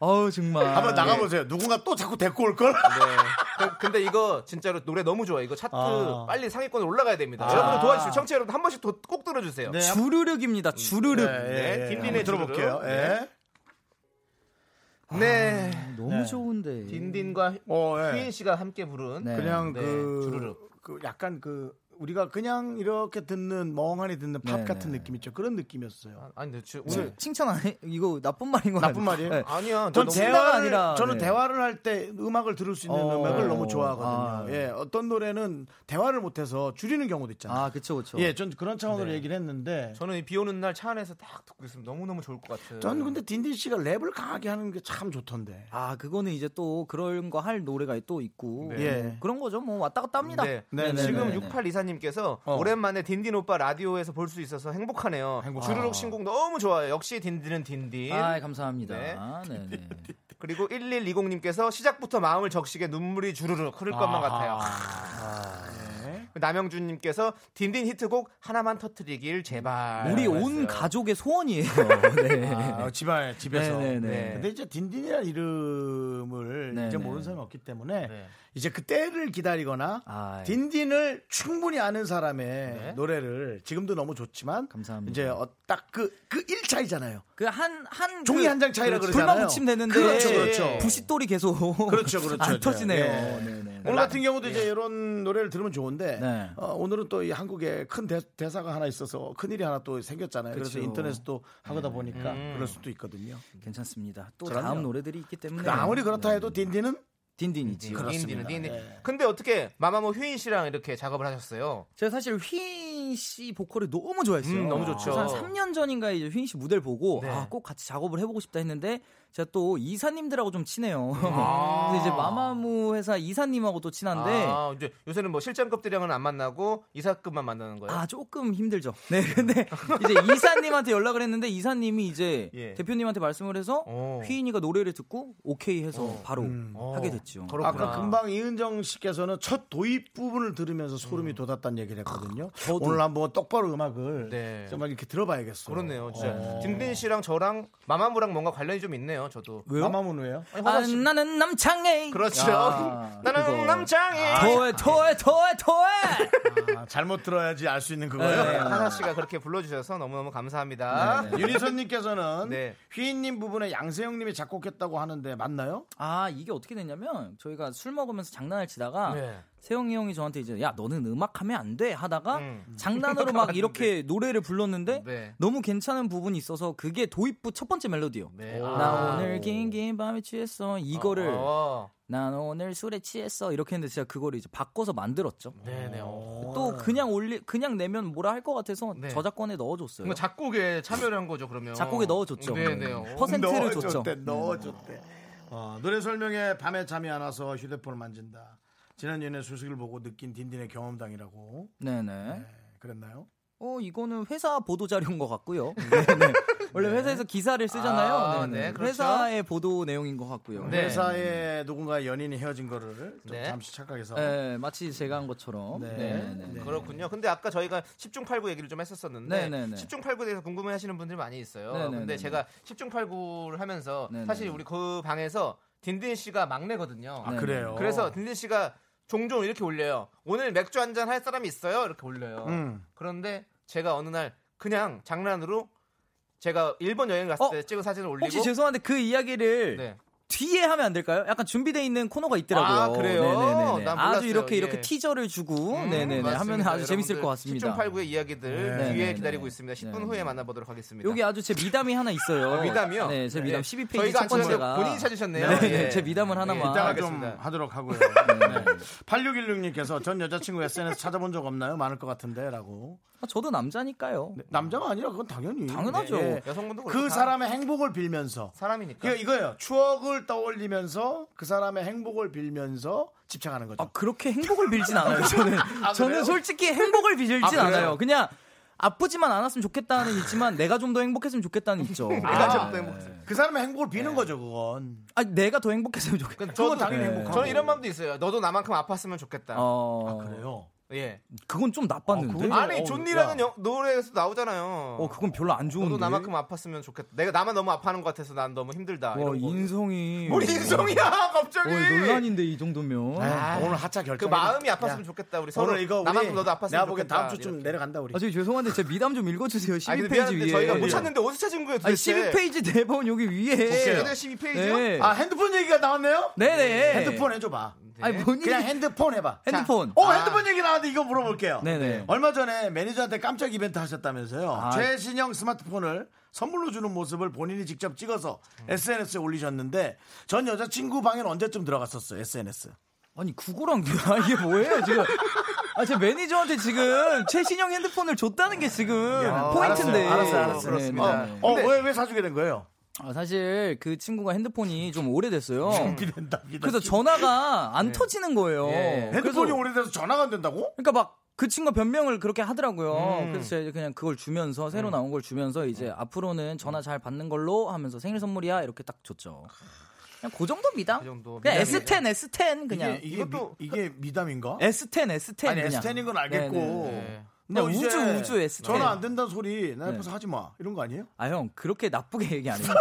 S10: 어우, 정말.
S1: 아, 한번 나가보세요. 누군가 또 자꾸 데리고 올 걸.
S2: 네. 근데 이거 진짜로 노래 너무 좋아. 요 이거 차트
S1: 아.
S2: 빨리 상위권에 올라가야 됩니다.
S10: 아.
S2: 여러분들 도와주시고 청취자 여러분 한 번씩 도- 꼭 들어주세요.
S1: 네.
S10: 주르륵입니다, 주르륵.
S2: 네, 딘딘의
S1: 예, 한번 들어볼게요.
S2: 주르륵.
S1: 예.
S2: 네.
S10: 음, 너무 좋은데.
S2: 딘딘과
S1: 어, 예.
S2: 휘인 씨가 함께 부른
S10: 네.
S1: 그냥
S2: 네,
S1: 그,
S2: 주르륵.
S1: 그 약간 그 우리가 그냥 이렇게 듣는 멍하니 듣는 팝
S10: 네,
S1: 같은
S10: 네.
S1: 느낌 있죠. 그런 느낌이었어요.
S2: 아니 근데 지-
S10: 칭-
S2: 오늘
S10: 칭찬 안 해? 이거 나쁜 말인 네. 거
S1: 나쁜 말이에요?
S2: 아, 아니야.
S1: 전
S2: 너
S10: 대화-
S1: 대화를
S10: 아니라,
S1: 저는
S10: 네.
S1: 대화를 할 때 음악을 들을 수 있는
S10: 어,
S1: 음악을
S10: 네.
S1: 너무 좋아하거든요.
S10: 아,
S1: 예, 어떤 노래는 대화를 못해서 줄이는 경우도 있잖아요.
S10: 아, 그쵸, 그쵸.
S1: 예, 전 그런 차원으로 얘기를 했는데
S2: 네. 저는 이비 오는 날 차 안에서 딱 듣고 있으면 너무너무 좋을 것 같아요.
S1: 전 근데 딘딘 씨가 랩을 강하게 하는 게 참 좋던데.
S10: 아, 그거는 이제 또 그런 거 할 노래가 또 있고.
S1: 예.
S10: 그런 거죠. 뭐 왔다 갔다 합니다.
S2: 네.
S1: 네, 네,
S2: 지금
S10: 네, 네.
S2: 6824 님께서 오랜만에 딘딘 오빠 라디오에서 볼 수 있어서 행복하네요. 주르륵 신곡 너무 좋아요. 역시 딘딘은 딘딘.
S10: 아, 감사합니다. 네.
S2: 그리고 1120님께서 시작부터 마음을 적시게 눈물이 주르륵 흐를 것만
S10: 아하. 네.
S2: 같아요. 그 남영준님께서 딘딘 히트곡 하나만 터트리길 제발.
S10: 우리 온 가족의 소원이에요. 네.
S1: 아, 집안 집에서.
S10: 네, 네, 네.
S1: 근데 이제 딘딘이라는 이름을
S10: 네,
S1: 이제
S10: 네.
S1: 모르는 사람이 없기 때문에 이제 그때를 기다리거나
S10: 아, 예. 네.
S1: 딘딘을 충분히 아는 사람의 노래를 지금도 너무 좋지만 이제 딱 그 그 1차이잖아요.
S10: 그 한 한
S1: 종이 한장 차이라
S10: 둘만
S1: 그러잖아요.
S10: 붙이면 되는데
S1: 그렇죠, 그렇죠.
S10: 부싯돌이 계속
S1: 그렇죠, 그렇죠.
S10: 안 터지네요.
S1: 예.
S10: 네, 네.
S1: 오늘 같은 경우도 이제 이런 노래를 들으면 좋은데
S10: 네.
S1: 어, 오늘은 또 이 한국에 큰 대, 사가 하나 있어서 큰 일이 하나 또 생겼잖아요. 그래서
S10: 그렇죠.
S1: 인터넷 또 하다 보니까
S10: 음. 네.
S1: 그럴 수도 있거든요.
S10: 괜찮습니다. 또
S1: 그럼요.
S10: 다음 노래들이 있기 때문에
S1: 아무리 그렇다 해도
S10: 네.
S1: 음, 딘딘은
S10: 딘딘이지.
S2: 딘딘은 딘딘.
S10: 네.
S2: 근데 어떻게 마마무 휴인 씨랑 이렇게 작업을 하셨어요?
S10: 제가 사실 휘인 씨 보컬을 너무 좋아했어요.
S2: 음, 너무 좋죠.
S10: 그래서 한 3년 전인가 이제 휘인 씨 무대를 보고
S1: 네.
S10: 아, 꼭 같이 작업을 해보고 싶다 했는데 제가 또 이사님들하고 좀 친해요.
S2: 아.
S10: 그래서 이제 마마무 회사 이사님하고 또 친한데
S2: 아, 이제 요새는 뭐 실장급들이랑은 안 만나고 이사급만 만나는 거예요.
S10: 아 조금 힘들죠. 네, 근데 이제 이사님한테 연락을 했는데 이사님이 이제
S2: 예.
S10: 대표님한테 말씀을 해서
S1: 어.
S2: 어.
S10: 휘인이가 노래를 듣고 오케이 해서 바로 하게 됐죠.
S1: 아까 금방 이은정 씨께서는 첫 도입 부분을 들으면서 소름이 돋았다는 얘기를 했거든요. 오늘 한번 똑바로 음악을 정말 이렇게 들어봐야겠어요.
S2: 그렇네요, 진짜. 딘딘 씨랑 저랑 마마무랑 뭔가 관련이 좀 있네요, 저도.
S1: 마마무는 왜요?
S10: 아, 나는 남창해.
S2: 그렇죠. 아.
S10: 아,
S2: 나는 남창해.
S10: 토해 토해 토해 토해.
S1: 아, 잘못 들어야지 알 수 있는 그거예요.
S2: 네, 하나 씨가 그렇게 불러주셔서 너무너무 감사합니다.
S1: 네.
S2: 아,
S1: 유니선님께서는
S2: 네.
S1: 휘인님 부분에 양세형님이 작곡했다고 하는데 맞나요?
S10: 아 이게 어떻게 됐냐면 저희가 술 먹으면서 장난을 치다가
S1: 네.
S10: 세영이 형이 저한테 이제 야 너는 음악하면 안 돼 하다가 장난으로 막 이렇게 노래를 불렀는데
S2: 네.
S10: 너무 괜찮은 부분이 있어서 그게 도입부 첫 번째 멜로디요.
S2: 네.
S10: 나
S2: 아.
S10: 오늘 긴긴 밤에 취했어 이거를
S2: 어.
S10: 난 오늘 술에 취했어 이렇게 했는데 제가 그거를 이제 바꿔서 만들었죠.
S2: 네네. 어.
S10: 어. 또 그냥 올리 그냥 내면 뭐라 할 것 같아서
S2: 네.
S10: 저작권에 넣어줬어요.
S2: 그러니까 작곡에 참여를 한 거죠, 그러면.
S10: 작곡에 넣어줬죠.
S2: 네네.
S10: 퍼센트를 줬죠.
S1: 넣어줬대, 넣어줬대. 어, 노래 설명에 밤에 잠이 안 와서 휴대폰을 만진다. 지난 연애 수식을 보고 느낀 딘딘의 경험담이라고
S10: 네네.
S1: 그랬나요?
S10: 어 이거는 회사 보도 자료인 것 같고요. 네네. 원래 회사에서 기사를 쓰잖아요.
S2: 아,
S10: 네네.
S2: 네, 그렇죠.
S10: 회사의 보도 내용인 것 같고요.
S1: 회사에 누군가 연인이 헤어진 거를 좀
S2: 네.
S1: 잠시 착각해서
S10: 네, 마치 제가 한 것처럼.
S1: 네.
S10: 네. 네네.
S2: 그렇군요. 근데 아까 저희가 10중 8구 얘기를 좀 했었었는데
S10: 네네네.
S2: 10중 8구에 대해서 궁금해 하시는 분들이 많이 있어요.
S10: 네네네네.
S2: 근데 제가 10중 8구를 하면서
S10: 네네네.
S2: 사실 우리 그 방에서 딘딘 씨가 막내거든요.
S1: 아, 그래요?
S2: 그래서 딘딘 씨가 종종 이렇게 올려요. 오늘 맥주 한 잔 할 사람이 있어요? 이렇게 올려요.
S1: 음.
S2: 그런데 제가 어느 날 그냥 장난으로 제가 일본 여행 갔을
S10: 어?
S2: 때 찍은 사진을 올리고
S10: 혹시 죄송한데 그 이야기를
S2: 네.
S10: 뒤에 하면 안 될까요? 약간 준비되어 있는 코너가 있더라고요.
S2: 아, 그래요?
S10: 네네네.
S2: 난
S10: 아주
S2: 몰랐어요.
S10: 이렇게
S2: 예. 음,
S10: 이렇게 티저를 주고 음, 네네네 하면 아주 재밌을 것 같습니다.
S2: 10중 8구의 이야기들
S10: 네,
S2: 뒤에
S10: 네,
S2: 기다리고
S10: 네.
S2: 있습니다. 10분
S10: 네,
S2: 후에 만나보도록 하겠습니다.
S10: 여기 아주 제 미담이 하나 있어요.
S2: 아, 미담이요?
S10: 네, 제 미담
S2: 네.
S10: 12페이지
S2: 저희가
S10: 첫 번째가
S2: 안 찾았는데 본인이 찾으셨네요.
S10: 네,
S2: 예.
S10: 네, 제 미담을 하나만.
S1: 이따가 좀
S2: 아, 알겠습니다.
S1: 하도록 하고요. 네. 8616님께서 전 여자친구 SNS 찾아본 적 없나요? 많을 것 같은데라고.
S10: 아, 저도 남자니까요.
S2: 네.
S1: 남자가 아니라 그건 당연히
S10: 당연하죠.
S1: 예.
S2: 여성분도 그렇고
S1: 그
S2: 다
S1: 사람의 행복을 빌면서
S2: 사람이니까.
S1: 그러니까 이거예요. 추억을 떠올리면서 그 사람의 행복을 빌면서 집착하는 거죠.
S10: 아, 그렇게 행복을 빌진 않아요. 저는 저는 솔직히 행복을 빌진
S2: 아, 그래요?
S10: 않아요. 그냥 아프지만 않았으면 좋겠다는 있지만 내가 좀 더 행복했으면 좋겠다는 있죠.
S2: 내가
S10: 아,
S2: 좀더 행복했어요.
S1: 그 사람의 행복을
S2: 네.
S1: 비는 거죠, 그건.
S10: 아, 내가 더 행복했으면 좋겠다.
S2: 그러니까 저도
S1: 당연히
S10: 네.
S1: 행복하고.
S2: 저는 이런 마음도 있어요. 너도 나만큼 아팠으면 좋겠다.
S10: 어,
S1: 그래요.
S2: 예.
S10: 그건 좀 나빴는데. 어,
S2: 아니 존니라는 영- 노래에서 나오잖아요.
S10: 그건 별로 안 좋은데.
S2: 너도 나만큼 아팠으면 좋겠다. 내가 나만 너무 아파하는 것 같아서 난 너무 힘들다.
S10: 와,
S2: 이런 거.
S10: 어, 인성이.
S1: 음.
S2: 우리 인성이야 갑자기.
S10: 어, 논란인데 이 정도면.
S1: 아, 오늘 하차 결정.
S2: 그 마음이 아팠으면 좋겠다. 우리 서로
S1: 오늘 이거
S2: 나만큼
S1: 우리
S2: 너도 아팠으면
S1: 내가 보기엔
S2: 좋겠다.
S1: 다음 주쯤
S2: 이렇게.
S1: 내려간다 우리.
S10: 아, 저기 죄송한데 제 미담 좀 읽어주세요.
S2: 아니 근데
S10: 12페이지
S2: 미안한데
S10: 위에.
S2: 저희가 못 찾는데 어디서 찾은 거예요
S10: 아니,
S2: 도대체?
S10: 12페이지 대본 여기 위에.
S2: 얘들아, 12페이지요?
S10: 네.
S1: 아, 핸드폰 얘기가 나왔네요?
S10: 네네.
S1: 핸드폰 해줘봐.
S10: 아니, 본인이
S1: 그냥 핸드폰 해봐.
S10: 핸드폰.
S2: 아.
S1: 어, 핸드폰 얘기 나왔는데 이거 물어볼게요.
S10: 네네.
S1: 얼마 전에 매니저한테 깜짝 이벤트 하셨다면서요.
S10: 아.
S1: 최신형 스마트폰을 선물로 주는 모습을 본인이 직접 찍어서
S2: 음.
S1: SNS에 올리셨는데 전 여자친구 방에는 언제쯤 들어갔었어요, SNS.
S10: 아니 그거랑 아, 이게 뭐예요 지금? 아, 제 매니저한테 지금 최신형 핸드폰을 줬다는 게 지금
S1: 알았어요,
S10: 포인트인데.
S1: 알았어요, 알았어요.
S10: 그렇습니다.
S2: 네.
S1: 어, 어, 왜, 왜 사주게 된 거예요?
S10: 아, 사실 그 친구가 핸드폰이 좀 오래됐어요.
S1: 기댄다, 기댄다. 네.
S10: 그래서 전화가 안 터지는 거예요.
S1: 핸드폰이 오래돼서 전화가 안 된다고?
S10: 그러니까 막 그 친구가 변명을 그렇게 하더라고요.
S2: 음.
S10: 그래서 제가 그냥 그걸 주면서 새로 나온 걸 주면서 이제 앞으로는 전화 잘 받는 걸로 하면서 생일 선물이야 이렇게 딱 줬죠. 그냥 그 정도 미담. 그냥 S10, S10 그냥.
S1: 이게, 이게, 미, 이게 미담인가?
S10: S10, S10
S1: 아니
S10: 그냥.
S1: S10인 건 알겠고
S10: 네, 네, 네.
S1: 너
S10: 그냥
S1: 이제
S10: 우주, 우주 S10.
S1: 전화 안 된다는 소리 나
S10: 네.
S1: 옆에서 하지 마 이런 거 아니에요?
S10: 아 형 그렇게 나쁘게 얘기 안 해요.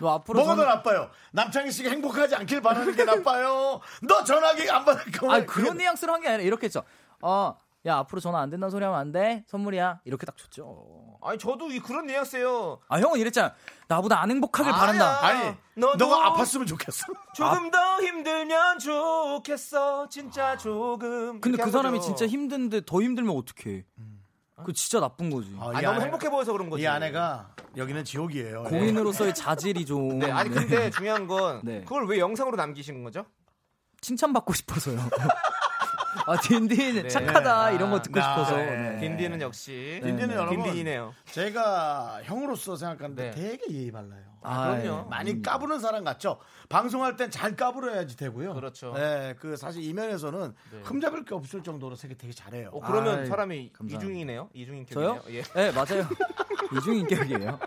S10: 너 앞으로
S1: 뭐가
S10: 전-
S1: 더 나빠요? 남창희 씨가 행복하지 않길 바라는 게 나빠요. 너 전화기 안 받을 거면 그러니까.
S10: 아 그런 뉘앙스로 한 게 아니라 이렇게 했죠. 어, 야 앞으로 전화 안 된다는 소리 하면 안 돼. 선물이야. 이렇게 딱 줬죠.
S2: 아니 저도 이 그런 뉘앙스예요.
S10: 아 형은 이랬잖아. 나보다 안 행복하길
S2: 아야.
S10: 바란다.
S2: 아니, 너도-
S1: 너가 아팠으면 좋겠어.
S2: 조금 더 힘들면 좋겠어. 진짜 조금.
S10: 근데
S2: 이렇게
S10: 그
S2: 한
S10: 사람이
S2: 거죠.
S10: 진짜 힘든데 더 힘들면 어떡해. 그 진짜 나쁜 거지.
S1: 아,
S2: 아,
S1: 이
S2: 너무
S1: 아내가-
S2: 행복해 보여서 그런 거지.
S1: 이 아내가 여기는 지옥이에요.
S10: 공인으로서의 자질이 좀.
S2: 네, 아니 근데 중요한 건
S10: 네.
S2: 그걸 왜 영상으로 남기신 거죠?
S10: 칭찬받고 싶어서요. 아, 딘딘
S2: 네.
S10: 착하다
S2: 아,
S10: 이런 거 듣고
S1: 아,
S10: 싶어서.
S1: 네.
S2: 딘딘은 역시
S10: 네, 딘딘은
S1: 네. 여러분.
S2: 딘딘이네요.
S1: 제가 형으로서 생각하는데
S2: 네.
S1: 되게 예의 발라요.
S10: 아,
S2: 그럼요.
S10: 예.
S1: 많이 까부는 사람 같죠. 방송할 땐 잘 까불어야지 되고요.
S2: 그렇죠.
S1: 네, 그 사실 이면에서는
S2: 네.
S1: 흠잡을 게 없을 정도로 되게 되게 잘해요.
S2: 어, 그러면
S10: 아이,
S2: 사람이
S10: 감사합니다.
S2: 이중이네요. 이중인
S10: 저요?
S2: 격이네요.
S10: 예,
S2: 예.
S10: 맞아요. 이중인격이에요.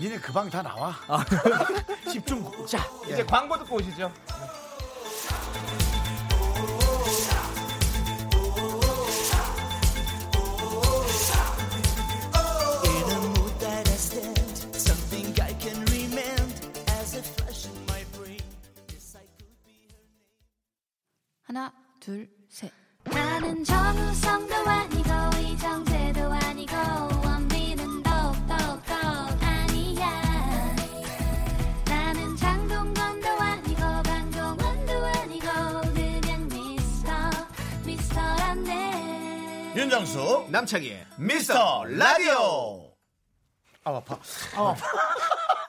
S1: 니네 그 방 다 나와. 집중. 예. 자,
S2: 아. 이제 광고 듣고 오시죠.
S11: In a mood that I stand, something I can remember as a flash in my brain. Yes, I could be her name.
S12: 하나, 둘, 셋.
S9: 나는 정우성도 아니고 이정재도 아니고 원빈은 더욱더 아니야 나는 장동건도 아니고 강동원도 아니고 그냥 미스터 미스터란데
S1: 윤정수
S2: 남창희의
S1: 미스터 라디오. 아 아파.
S2: 어.
S1: 아 아파.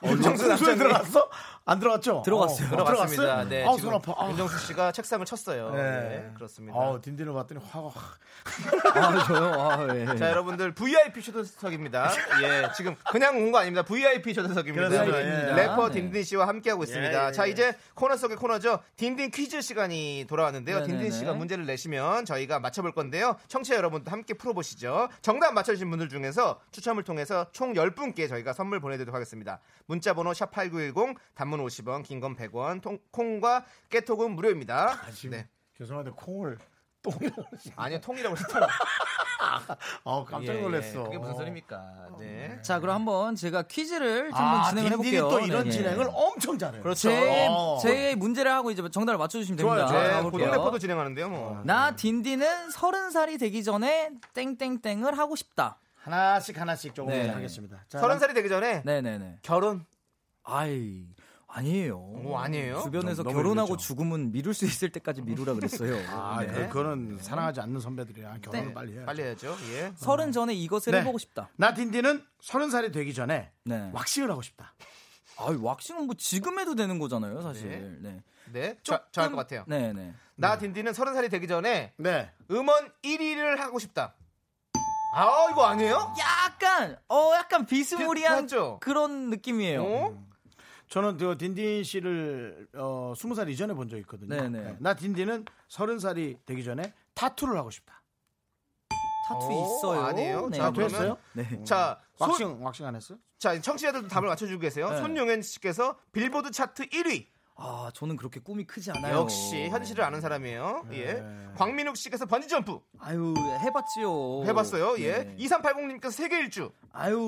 S1: 윤정수 남자 들어갔어? 안 들어갔죠?
S10: 들어갔어요.
S1: 어,
S2: 들어갔습니다.
S1: 들어갔어요?
S2: 네,
S1: 아우
S2: 지금
S1: 손 아파. 아우.
S2: 윤정수 씨가 책상을 쳤어요.
S1: 네.
S2: 네, 그렇습니다.
S1: 아우 딘딘을 봤더니 화가 확.
S10: 아, 저요? 아, 예.
S1: 네.
S2: 자 여러분들 VIP 초대석입니다. 예, 지금 그냥 온 거 아닙니다. VIP 초대석입니다.
S1: 그렇습니다.
S2: 우리
S1: 예.
S2: 래퍼
S10: 네.
S2: 딘딘 씨와 함께하고 있습니다.
S1: 예, 예,
S2: 자
S1: 예.
S2: 이제 코너 속의 코너죠. 딘딘 퀴즈 시간이 돌아왔는데요.
S10: 네, 네,
S2: 딘딘
S10: 네.
S2: 씨가 문제를 내시면 저희가 맞춰볼 건데요. 청취자 여러분도 함께 풀어보시죠. 정답 맞춰주신 분들 중에서 추첨을 통해서 총 10분께 저희가 선물 보내드리도록 하겠습니다. 문자번호 샵8910 단문 50원 긴 건 100원 통- 콩과 깨톡은 무료입니다.
S1: 아, 지금
S2: 네.
S1: 죄송한데 콩을 똥이라고. 그러지.
S2: 아니요 통이라고 했어요.
S1: 아 깜짝 놀랐어.
S2: 예, 그게 무슨 소리입니까? 네.
S10: 자, 그럼 한번 제가 퀴즈를 한번
S1: 아,
S10: 진행을
S1: 딘딘이
S10: 해볼게요.
S1: 또 이런
S10: 네, 네.
S1: 진행을 엄청 잘해요.
S10: 제,
S1: 어.
S10: 제 문제를 하고 이제 정답을 맞춰주시면 됩니다. 아,
S2: 네,
S10: 가볼게요. 어.
S2: 고등 래퍼도 진행하는데요. 뭐.
S10: 나 딘딘은 서른 살이 되기 전에 땡땡땡을 하고 싶다.
S1: 하나씩 하나씩 조금
S10: 네.
S1: 하겠습니다. 자,
S2: 서른 살이 되기 전에
S10: 네네네.
S2: 결혼
S10: 아이 아니에요.
S2: 오, 어, 아니에요?
S10: 주변에서
S1: 너무
S10: 결혼하고
S1: 힘들죠.
S10: 죽음은 미룰 수 있을 때까지 미루라 그랬어요.
S1: 아,
S10: 네.
S1: 그, 그거는 사랑하지 않는 선배들이야. 결혼을
S10: 네.
S1: 빨리 해.
S2: 빨리 해야죠. 예.
S10: 서른 전에 이것을
S1: 네.
S10: 해보고 싶다.
S1: 나 딘딘은 서른 살이 되기 전에
S10: 네.
S1: 왁싱을 하고 싶다.
S10: 아이 왁싱은 뭐 지금 해도 되는 거잖아요, 사실. 네.
S2: 네. 저, 저할 것 같아요.
S10: 네네.
S2: 나 딘딘은 서른 살이 되기 전에
S1: 네.
S2: 음원 1위를 하고 싶다. 아, 이거 아니에요?
S10: 약간 어 약간 비스무리한
S2: 비슷하죠?
S10: 그런 느낌이에요.
S2: 어?
S1: 저는 그 딘딘 씨를 어, 20살 이전에 본 적 있거든요.
S10: 네네.
S1: 네. 나 딘딘은 서른 살이 되기 전에 타투를 하고 싶다.
S10: 타투
S2: 오,
S10: 있어요.
S2: 아니에요? 자,
S1: 타투 했어요?
S10: 네.
S2: 자, 손-
S1: 왁싱 왁싱 안 했어요?
S2: 자, 청취자들도 답을 맞춰주고 계세요.
S10: 네.
S2: 손용현 씨께서 빌보드 차트 1위.
S10: 아 저는 그렇게 꿈이 크지 않아요.
S2: 역시 현실을 아는 사람이에요.
S10: 네.
S2: 예. 광민욱 씨께서 번지점프
S10: 아유 해봤지요.
S2: 해봤어요. 예.
S10: 네.
S2: 2380님께서 세계 일주.
S10: 아유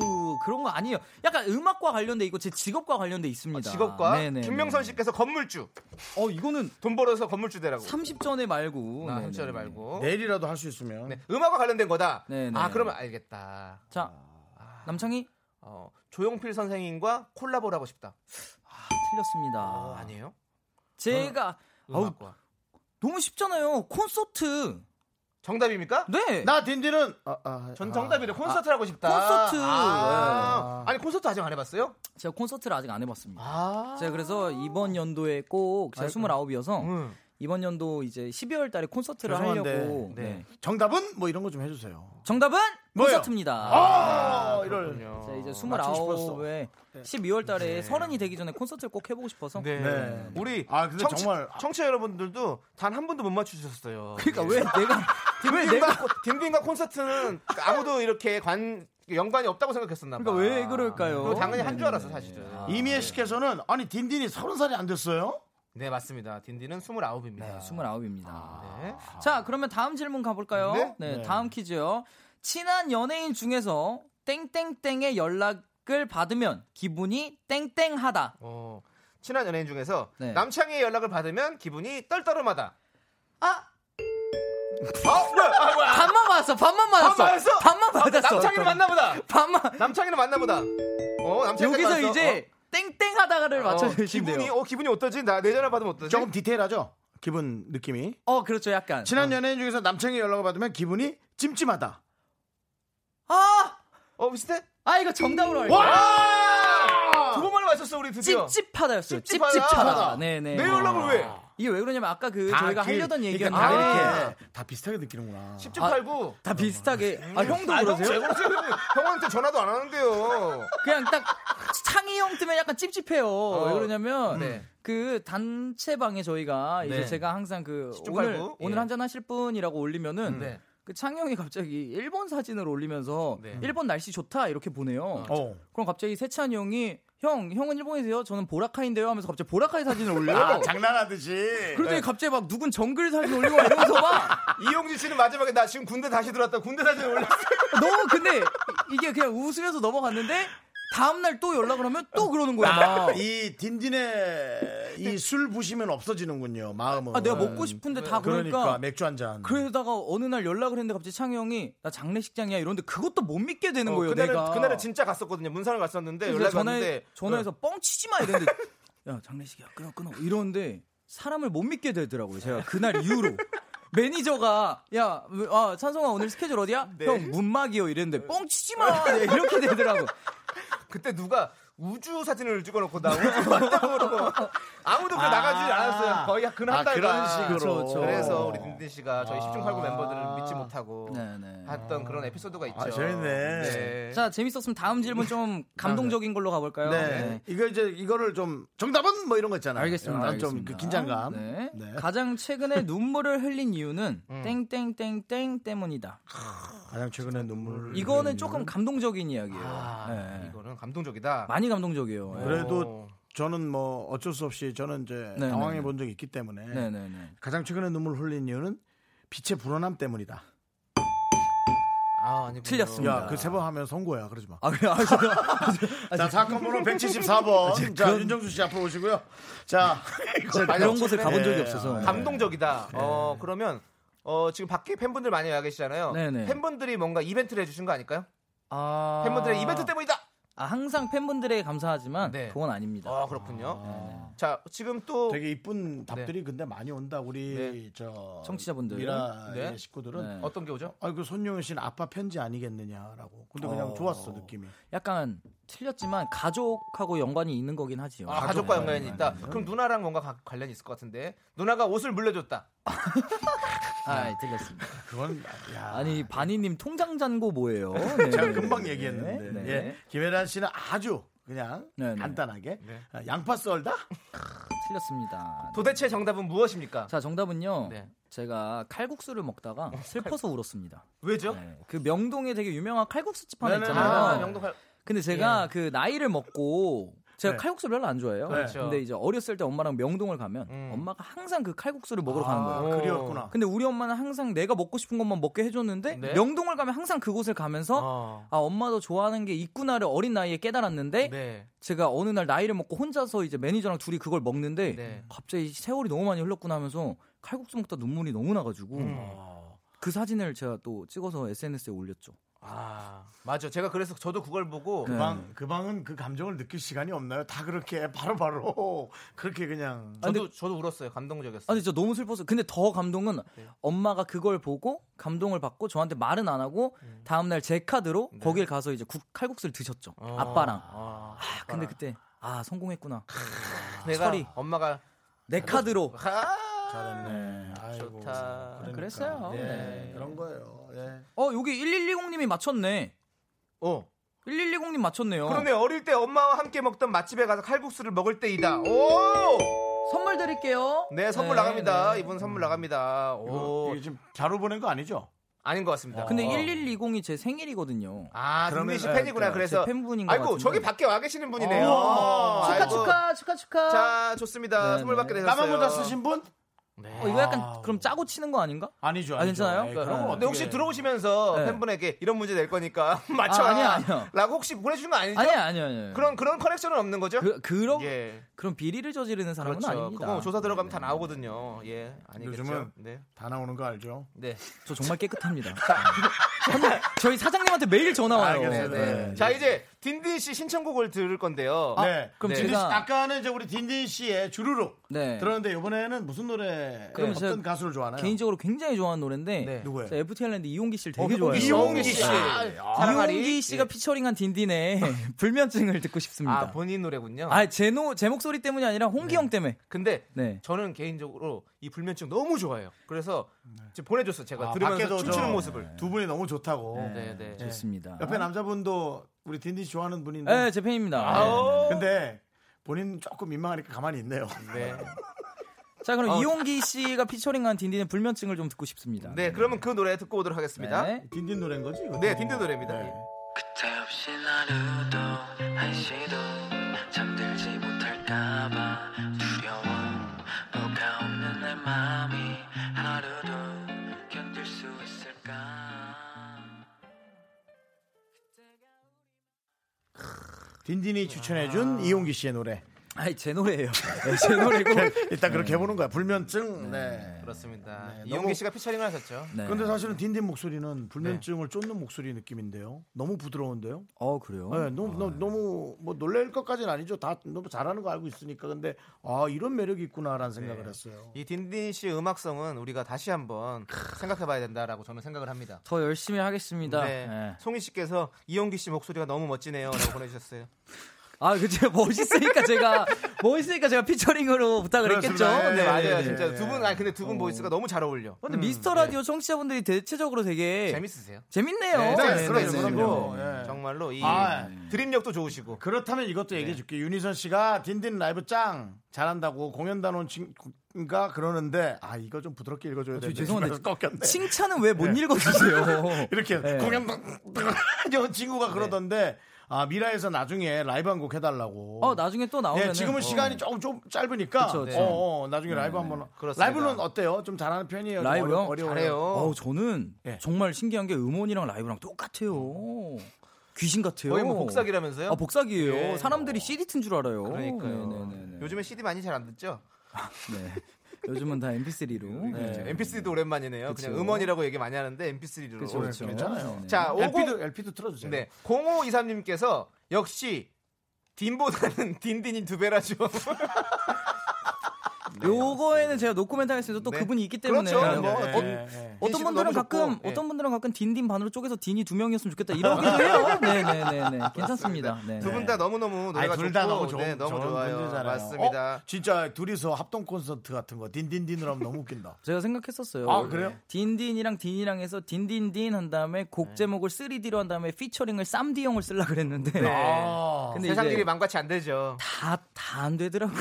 S10: 그런 거 아니에요. 약간 음악과 관련돼 있고 제 직업과 관련돼 있습니다.
S2: 아, 직업과
S10: 아, 네네네.
S2: 김명선 씨께서 건물주.
S10: 어 이거는
S2: 돈 벌어서 건물주 되라고.
S10: 30전에 말고.
S2: 나
S10: 네네네.
S2: 현실을 아, 말고.
S1: 내일이라도 할 수 있으면.
S2: 어? 네, 음악과 관련된 거다.
S10: 네, 네.
S2: 아 그러면 알겠다.
S10: 자
S2: 아.
S10: 남창희
S2: 어, 조용필 선생님과 콜라보를 하고 싶다.
S10: 틀렸습니다.
S2: 아, 아니에요?
S10: 제가 아우,
S2: 음악과.
S10: 너무 쉽잖아요. 콘서트.
S2: 정답입니까?
S10: 네.
S1: 나 딘딘은 아, 아,
S2: 전
S1: 아.
S2: 정답이래 콘서트를 하고 싶다.
S10: 콘서트.
S2: 아, 니 콘서트 아직 안 해봤어요?
S10: 제가 콘서트를 아직 안 해봤습니다.
S2: 아.
S10: 제가 그래서 이번 연도에 꼭 제가 29이어서
S2: 음.
S10: 이번 연도 이제 12월 달에 콘서트를
S1: 죄송한데,
S10: 하려고.
S2: 네.
S10: 네.
S1: 정답은 뭐 이런 거 좀 해주세요.
S10: 정답은
S1: 뭐예요?
S10: 콘서트입니다.
S1: 아, 이럴.
S2: 그렇군요.
S10: 자, 이제
S1: 맞추고 싶었어.
S10: 29에 12월 달에 30이 되기 전에 콘서트를 꼭 해보고 싶어서.
S2: 네.
S1: 네.
S2: 우리
S1: 아, 근데
S2: 청취,
S1: 정말-
S2: 청취자 여러분들도 단 한 분도 못 맞추셨어요.
S10: 그러니까 왜 내가
S2: 딘딘과 딘딘과 콘서트는 아무도 이렇게 관 연관이 없다고 생각했었나 봐.
S10: 그러니까 왜 그럴까요? 네.
S2: 그거 당연히 한 줄 알았어 사실은.
S1: 이미혜 씨께서는 아니 딘딘이 서른 살이 안 됐어요?
S2: 네 맞습니다. 딘딘은 29입니다. 네, 아.
S10: 29입니다. 네. 자, 그러면 다음 질문 가볼까요? 네? 다음 퀴즈요. 친한 연예인 중에서 땡땡땡의 연락을 받으면 기분이 땡땡하다.
S2: 어, 친한 연예인 중에서
S10: 네.
S2: 남창희의 연락을 받으면 기분이 떨떠름하다. 아! 어? 뭐야? 아, 뭐야?
S10: 반만 받았어, 반만
S2: 반만
S10: 받았어.
S2: 받았어?
S10: 반만
S2: 아,
S10: 받았어.
S2: 남창희를 만나보다.
S10: 반만.
S2: 남창희를 만나보다. 어, 남창희
S10: 여기서 이제 땡땡하다가를 맞춰주시면
S2: 기분이
S10: 돼요.
S2: 어 기분이 어떠지? 나 내 전화 받으면 어떠지?
S1: 조금 디테일하죠? 기분 느낌이.
S10: 어, 그렇죠, 약간.
S1: 친한 연예인 중에서 남창이 연락을 받으면 기분이 찜찜하다.
S10: 아!
S2: 어 비슷해?
S10: 아, 이거 정답으로 할게요.
S2: 와! 두번 만에 맞췄어 우리 드디어.
S10: 찝찝하다였어요.
S2: 찝찝하다.
S10: 찝찝하다. 네네.
S2: 내 연락을 왜?
S10: 이게 왜 그러냐면 아까 그
S1: 다
S10: 저희가
S1: 그-
S10: 하려던
S1: 그러니까
S10: 얘기였는데
S1: 다
S10: 아,
S1: 이렇게 다 비슷하게 느끼는구나.
S2: 찝찝 팔고.
S10: 다 비슷하게 아 형도
S2: 아, 형
S10: 그러세요?
S2: 제공 지금 형한테 전화도 안 하는데요.
S10: 그냥 딱 창희 형 뜨면 약간 찝찝해요.
S1: 어,
S10: 왜 그러냐면
S1: 음.
S2: 네.
S10: 그 단체방에 저희가 이제
S2: 네.
S10: 제가 항상 그
S2: 십중
S10: 오늘
S2: 팔구?
S10: 오늘
S2: 예.
S10: 한잔 하실 분이라고
S1: 음.
S10: 올리면은
S2: 네.
S10: 그 창희 형이 갑자기 일본 사진을 올리면서 일본 날씨 좋다 이렇게 보내요.
S1: 네. 어.
S10: 그럼 갑자기 세찬이 형이 형 형은 일본이세요? 저는 보라카이인데요 하면서 갑자기 보라카이 사진을 올려요.
S1: 아, 네. 장난하듯이.
S10: 그러더니 갑자기 막 누군 정글 사진 올리고 막 이러면서 막
S2: 이용진 씨는 마지막에 나 지금 군대 다시 들어왔다. 군대 사진 올렸어.
S10: 너무 근데 이게 그냥 웃으면서 넘어갔는데 다음날 또 연락을 하면 또 그러는 거야.
S2: 아.
S10: 막.
S1: 그러니까 이 딘딘의 이 술 부시면 없어지는군요. 마음은.
S10: 네. 아, 내가 먹고 싶은데 다
S1: 그러니까,
S10: 그러니까.
S1: 맥주 한 잔.
S10: 그러다가 어느 날 연락을 했는데 갑자기 창희 형이 나 장례식장이야 이런데 그것도 못 믿게 되는 거예요.
S2: 어, 그날은
S10: 내가
S2: 그날은 진짜 갔었거든요. 문산을 갔었는데
S10: 그래서
S2: 연락
S10: 전화해,
S2: 왔는데 어.
S10: 전화해서 뻥치지 마 이랬는데 야 장례식이야 끊어 끊어 이러는데 사람을 못 믿게 되더라고요. 제가 그날 이후로 매니저가 야 아, 찬성아 오늘 스케줄 어디야?
S2: 네.
S10: 형 문막이요 이랬는데 뻥치지 마 네, 이렇게 되더라고.
S2: 어, 그때 누가 우주 사진을 찍어놓고 나 우주 왔다고 그러고 아무도 그 나가지 않았어요. 거의 근 한
S1: 아, 그런
S2: 달간
S1: 식으로. 그렇죠.
S2: 래서 우리 딘딘 씨가 저희 10중 8구 멤버들을 믿지 못하고
S10: 네네.
S2: 했던 그런 에피소드가 있죠.
S1: 아, 재밌네.
S2: 아, 네.
S10: 자 재밌었으면 다음 질문 좀 감동적인 걸로 가볼까요?
S1: 네. 이거 이제 이거를 좀 정답은 뭐 이런 거 있잖아요.
S10: 알겠습니다.
S1: 좀그
S10: 알겠습니다.
S1: 긴장감.
S10: 네.
S1: 네.
S10: 가장 최근에 눈물을 흘린 이유는
S2: 음.
S10: 땡땡땡땡 때문이다.
S1: 가장 최근에 눈물을.
S10: 이거는 조금 감동적인 이야기예요.
S2: 아,
S10: 네.
S2: 이거는 감동적이다. 어.
S10: 많이 감동적이에요. 네.
S1: 그래도 저는 뭐 어쩔 수 없이 저는 이제
S10: 네,
S1: 당황해
S10: 네.
S1: 본 적이 있기 때문에
S10: 네네네.
S1: 가장 최근에 눈물을 흘린 이유는 빛의 불어남 때문이다.
S2: 아, 아니군요.
S10: 틀렸습니다.
S1: 야, 그 세 번 하면 선고야. 그러지 마.
S10: 아, 그래, 아, 저-
S1: 자, 사건 번호 174번. 자, 윤정수 씨 앞으로 오시고요. 네. 자,
S10: 저 그런 곳을 가본 적이
S1: 예.
S10: 없어서. 네.
S2: 감동적이다. 어, 그러면 어, 지금 밖에 팬분들 많이 와 계시잖아요.
S10: 네네.
S2: 팬분들이 뭔가 이벤트를 해주신 거 아닐까요?
S10: 아,
S2: 팬분들의 이벤트 때문이다.
S10: 아, 항상 팬분들에게 감사하지만
S2: 네.
S10: 그건 아닙니다. 네.
S2: 아 그렇군요. 자 지금 또
S1: 되게 이쁜 답들이 근데 많이 온다. 우리 저
S10: 청취자분들.
S1: 미라의
S2: 네.
S1: 식구들은
S10: 네.
S2: 어떤 게 오죠?
S1: 아그 손용현 씨는 아빠 편지 아니겠느냐라고. 근데 그냥
S10: 어.
S1: 좋았어 느낌이.
S10: 약간 틀렸지만 가족하고 연관이 있는 거긴 하지요.
S2: 아, 가족과 연관이 있다. 그럼 누나랑 뭔가 가- 관련이 있을 것 같은데 누나가 옷을 물려줬다.
S10: 아, 틀렸습니다.
S1: 그건 야.
S10: 아니 바니님 통장 잔고 뭐예요? 네.
S1: 제가 금방 얘기했는데.
S10: 네.
S1: 예. 김혜란 씨는 아주 그냥
S10: 네, 네.
S1: 간단하게 아, 양파 썰다.
S10: 틀렸습니다.
S2: 도대체 정답은 무엇입니까?
S10: 자 정답은요.
S2: 네.
S10: 제가 칼국수를
S2: 어,
S10: 먹다가 슬퍼서 울었습니다.
S2: 왜죠?
S10: 네, 그 명동에 되게 유명한 칼국수 집 하나
S1: 네네.
S2: 아,
S10: 있잖아요.
S2: 명동 갈-
S10: 근데 제가 그 나이를 먹고 제가
S1: 네.
S10: 칼국수를 별로 안 좋아해요.
S2: 그렇죠. 음.
S10: 근데 이제 어렸을 때 엄마랑 명동을 가면 엄마가 항상 그 칼국수를 먹으러 가는
S1: 어.
S2: 아,
S10: 거예요.
S1: 그리웠구나.
S10: 근데 우리 엄마는 항상 내가 먹고 싶은 것만 먹게 해줬는데
S2: 네?
S10: 명동을 가면 항상 그곳을 가면서
S2: 어.
S10: 아 엄마도 좋아하는 게 있구나를 어린 나이에 깨달았는데
S2: 네.
S10: 제가 어느 날 나이를 먹고 혼자서 이제 매니저랑 둘이 그걸 먹는데
S2: 네.
S10: 갑자기 세월이 너무 많이 흘렀구나 하면서 칼국수 먹다 눈물이 너무 나가지고 그 사진을 제가 또 찍어서 SNS에 올렸죠.
S2: 아 맞아. 제가 그래서 저도 그걸 보고
S10: 네.
S1: 그방 그방은 그 감정을 느낄 시간이 없나요? 다 그렇게 바로바로 그렇게 그냥
S2: 저도 저도 울었어요. 감동적이었어요.
S10: 아니 저 너무 슬펐어요. 근데 더 감동은 엄마가 그걸 보고 감동을 받고 저한테 말은 안 하고 다음 날 제 카드로 거길 가서 이제 국, 칼국수를 드셨죠. 어. 아빠랑.
S2: 아,
S10: 아, 근데 그때 아 성공했구나.
S2: 내가
S10: 철이.
S2: 엄마가
S10: 내 카드로.
S2: 아,
S1: 잘했네. 아이고.
S2: 좋다.
S10: 그러니까. 그랬어요.
S1: 예,
S10: 네.
S1: 그런 거예요. 예.
S10: 어 여기 1120님이 맞췄네.
S2: 어.
S10: 1120님 맞췄네요.
S2: 그러네 어릴 때 엄마와 함께 먹던 맛집에 가서 칼국수를 먹을 때이다. 오
S10: 선물 드릴게요.
S2: 네, 선물 나갑니다. 이분 선물 나갑니다.
S10: 어.
S2: 오.
S1: 이게 지금 자로 보낸 거 아니죠?
S2: 아닌 것 같습니다.
S10: 근데 1120이 제 생일이거든요.
S2: 아, 그러면 씨 팬이구나. 그래서
S10: 네, 제 팬분인 것
S2: 아이고,
S10: 같은데.
S2: 저기 밖에 와 계시는 분이네요.
S10: 어. 축하, 축하, 축하, 축하.
S2: 자, 좋습니다.
S10: 네네.
S2: 선물 받게 되셨어요.
S1: 까만 모자 쓰신 분?
S10: 어,
S2: 아.
S10: 이거 약간 그럼 짜고 치는 거 아닌가?
S1: 아니죠.
S10: 아, 괜찮아요?
S1: 네, 그런 거
S2: 근데
S1: 어떻게
S2: 혹시
S1: 해.
S2: 들어오시면서
S10: 네.
S2: 팬분에게 이런 문제 낼 거니까 맞춰.
S10: 아, 아니요, 아니요.
S2: 라고 혹시 보내주신 거 아니죠?
S10: 아니요, 아니요, 아니요.
S2: 그런 그런 커넥션은 없는 거죠?
S10: 그, 그런
S2: 예.
S10: 그런 비리를 저지르는 사람은
S2: 그렇죠.
S10: 아닙니다. 네.
S2: 그거 조사 들어가면 다 나오거든요. 예, 아니겠죠.
S1: 요즘은
S2: 네.
S1: 다 나오는 거 알죠?
S2: 네.
S10: 저 정말 깨끗합니다. 정말 저희 사장님한테 매일 전화 와요.
S1: 알겠어요. 네.
S2: 자 이제 딘딘 씨 신청곡을 들을 건데요.
S1: 네.
S10: 아, 그럼
S1: 그럼 딘딘 씨,
S10: 제가-
S1: 아까는 이제 우리 딘딘 씨의 주르륵
S10: 네.
S1: 들었는데 이번에는 무슨 노래 예,
S10: 그럼 제가
S1: 어떤 가수를 좋아하나요?
S10: 개인적으로 굉장히 좋아하는 노래인데
S2: 네.
S1: 누구예요?
S10: 저 FT 아일랜드 이용기 씨를 되게
S1: 어,
S10: 좋아해요. 네.
S1: 이용기 씨. 예.
S2: 아, 사랑하리. 예.
S10: 이용기 씨가 피처링한 딘딘의 불면증을 듣고
S2: 아
S10: 싶습니다.
S2: 본인 노래군요.
S10: 아, 제, 노, 제 목소리 때문이 아니라 홍기영 때문에.
S2: 근데
S10: 네.
S2: 저는 개인적으로 이 불면증 너무 좋아해요. 그래서 지금 보내줬어 제가
S1: 아,
S2: 들으면서
S1: 밖에도
S2: 춤추는
S1: 저-
S2: 모습을.
S1: 두 분이 너무 좋다고.
S2: 네, 네.
S10: 좋습니다.
S1: 옆에 남자분도 우리 딘딘 씨 좋아하는 분인데.
S10: 네, 제 팬입니다.
S2: 아오.
S10: 네.
S1: 근데 본인 조금 민망하니까 가만히 있네요.
S2: 네.
S10: 자, 그럼
S2: 어.
S10: 이용기 씨가 피처링한 딘딘의 불면증을 좀 듣고 싶습니다.
S2: 네, 그러면 그 노래 듣고 오도록 하겠습니다. 네,
S10: 네.
S1: 딘딘 노래인 거지? 네. 이거?
S2: 딘딘 노래입니다. 예.
S13: 그때 없이 하루도 한시도 잠들지 못할까봐 두려워 뭐가 없는 내 마음이 하루도 견딜 수 있을까
S1: 딘딘이 추천해준 이용기 씨의 노래.
S10: 아이, 제 노래예요. 네, 제 노래고.
S1: 일단 그렇게 해보는 거야. 불면증. 네.
S2: 그렇습니다.
S1: 네,
S2: 이용기
S1: 너무-
S2: 씨가 피처링을 하셨죠.
S10: 네.
S1: 근데 사실은 딘딘 목소리는 불면증을 쫓는 목소리 느낌인데요. 너무 부드러운데요.
S10: 어, 그래요?
S1: 네, 너무 너무, 너무 뭐 놀랄 것까지는 아니죠. 다 너무 잘하는 거 알고 있으니까. 근데 아 이런 매력이 있구나라는 생각을 했어요.
S2: 이 딘딘 씨 음악성은 우리가 다시 한번 생각해봐야 된다라고 저는 생각을 합니다.
S10: 더 열심히 하겠습니다.
S2: 네.
S10: 네.
S2: 송희 씨께서 이용기 씨 목소리가 너무 멋지네요라고 보내주셨어요.
S10: 아, 그제 멋있으니까 제가 멋있으니까 제가 피처링으로 부탁을 했겠죠.
S1: 그렇습니다. 음, 예,
S2: 네,
S1: 예,
S2: 맞아요.
S1: 예,
S2: 진짜
S1: 예.
S2: 두 분, 아니 근데 두 분 보이스가 너무 잘 어울려.
S10: 근데 미스터
S1: 네.
S10: 라디오 청취자분들이 대체적으로
S2: 네.
S10: 되게
S2: 재밌으세요?
S10: 재밌네요.
S2: 네, 센스가
S1: 그럼요,
S2: 있으시고
S1: 그럼요. 예.
S2: 정말로 이
S1: 아,
S2: 드립력도 좋으시고
S1: 그렇다면 이것도 얘기해 줄게. 요 윤희선 씨가 딘딘 라이브 짱 잘한다고 공연단원 친구가 그러는가 그러는데 아 이거 좀 부드럽게 읽어줘야 되는데
S10: 죄송한데
S1: 중간에서 꺾였네.
S10: 칭찬은 왜 못 읽어주세요?
S1: 이렇게
S10: 네.
S1: 공연단원 친구가 그러던데 아 미라에서 나중에 라이브 한 곡 해달라고.
S10: 어 나중에 또 나오면
S1: 네, 지금은 시간이 조금 좀 짧으니까
S10: 그쵸, 그쵸.
S1: 어, 어, 나중에 라이브 한번
S2: 그렇습니다.
S1: 라이브는 어때요? 좀 잘하는 편이에요? 좀
S10: 네, 라이브요?
S1: 어려, 어려워요? 네,
S2: 잘해요.
S10: 어 저는
S1: 예.
S10: 정말 신기한 게 음원이랑 라이브랑 똑같아요. 귀신 같아요.
S2: 거의 뭐 복사기라면서요?
S10: 아 복사기예요.
S2: 예.
S10: 사람들이 CD 튼 줄 알아요.
S2: 그러니까요.
S10: 네네네네.
S2: 요즘에 CD 많이 잘 안 듣죠?
S10: 네. 요즘은 다 MP3로.
S2: 네. MP3도 오랜만이네요. 그냥
S10: 그쵸.
S2: 음원이라고 얘기 많이 하는데 MP3로. 네.
S10: 그렇죠.
S1: 괜찮아요.
S2: 자,
S1: 네. LP도
S2: 50,
S1: LP도 틀어주세요.
S2: 네. 0523님께서 역시 딘보다는 딘딘이 두 배라죠.
S10: 요거에는 제가 노코멘트 하겠습니다. 또
S2: 네.
S10: 그분이 있기 때문에.
S2: 그렇죠. 뭐,
S1: 네,
S2: 어,
S1: 네, 네.
S10: 어떤
S2: 딘씨도
S10: 분들은
S2: 너무 좋고,
S10: 가끔
S2: 예.
S10: 어떤 분들은 가끔 딘딘 반으로 쪼개서 딘이 두 명이었으면 좋겠다 이러기도 해요. 네네네네 괜찮습니다. 네.
S2: 두 분 다 너무너무 노래가
S1: 아니, 둘 다 너무
S2: 좋고
S1: 좋은,
S2: 네, 너무
S1: 좋은
S2: 좋아요.
S1: 분들이잖아요.
S2: 맞습니다.
S1: 어? 진짜 둘이서 합동 콘서트 같은 거 딘딘딘으로 하면 너무 웃긴다.
S10: 제가 생각했었어요. 네.
S1: 아, 그래요?
S10: 딘딘이랑 딘이랑 해서 딘딘딘 한 다음에 곡 제목을 3D로 한 다음에 피처링을 쌈디용을 쓰려 그랬는데
S1: 아,
S10: 근데
S2: 세상
S10: 이제
S2: 일이 망같이 안 되죠.
S10: 다다 안 되더라고요.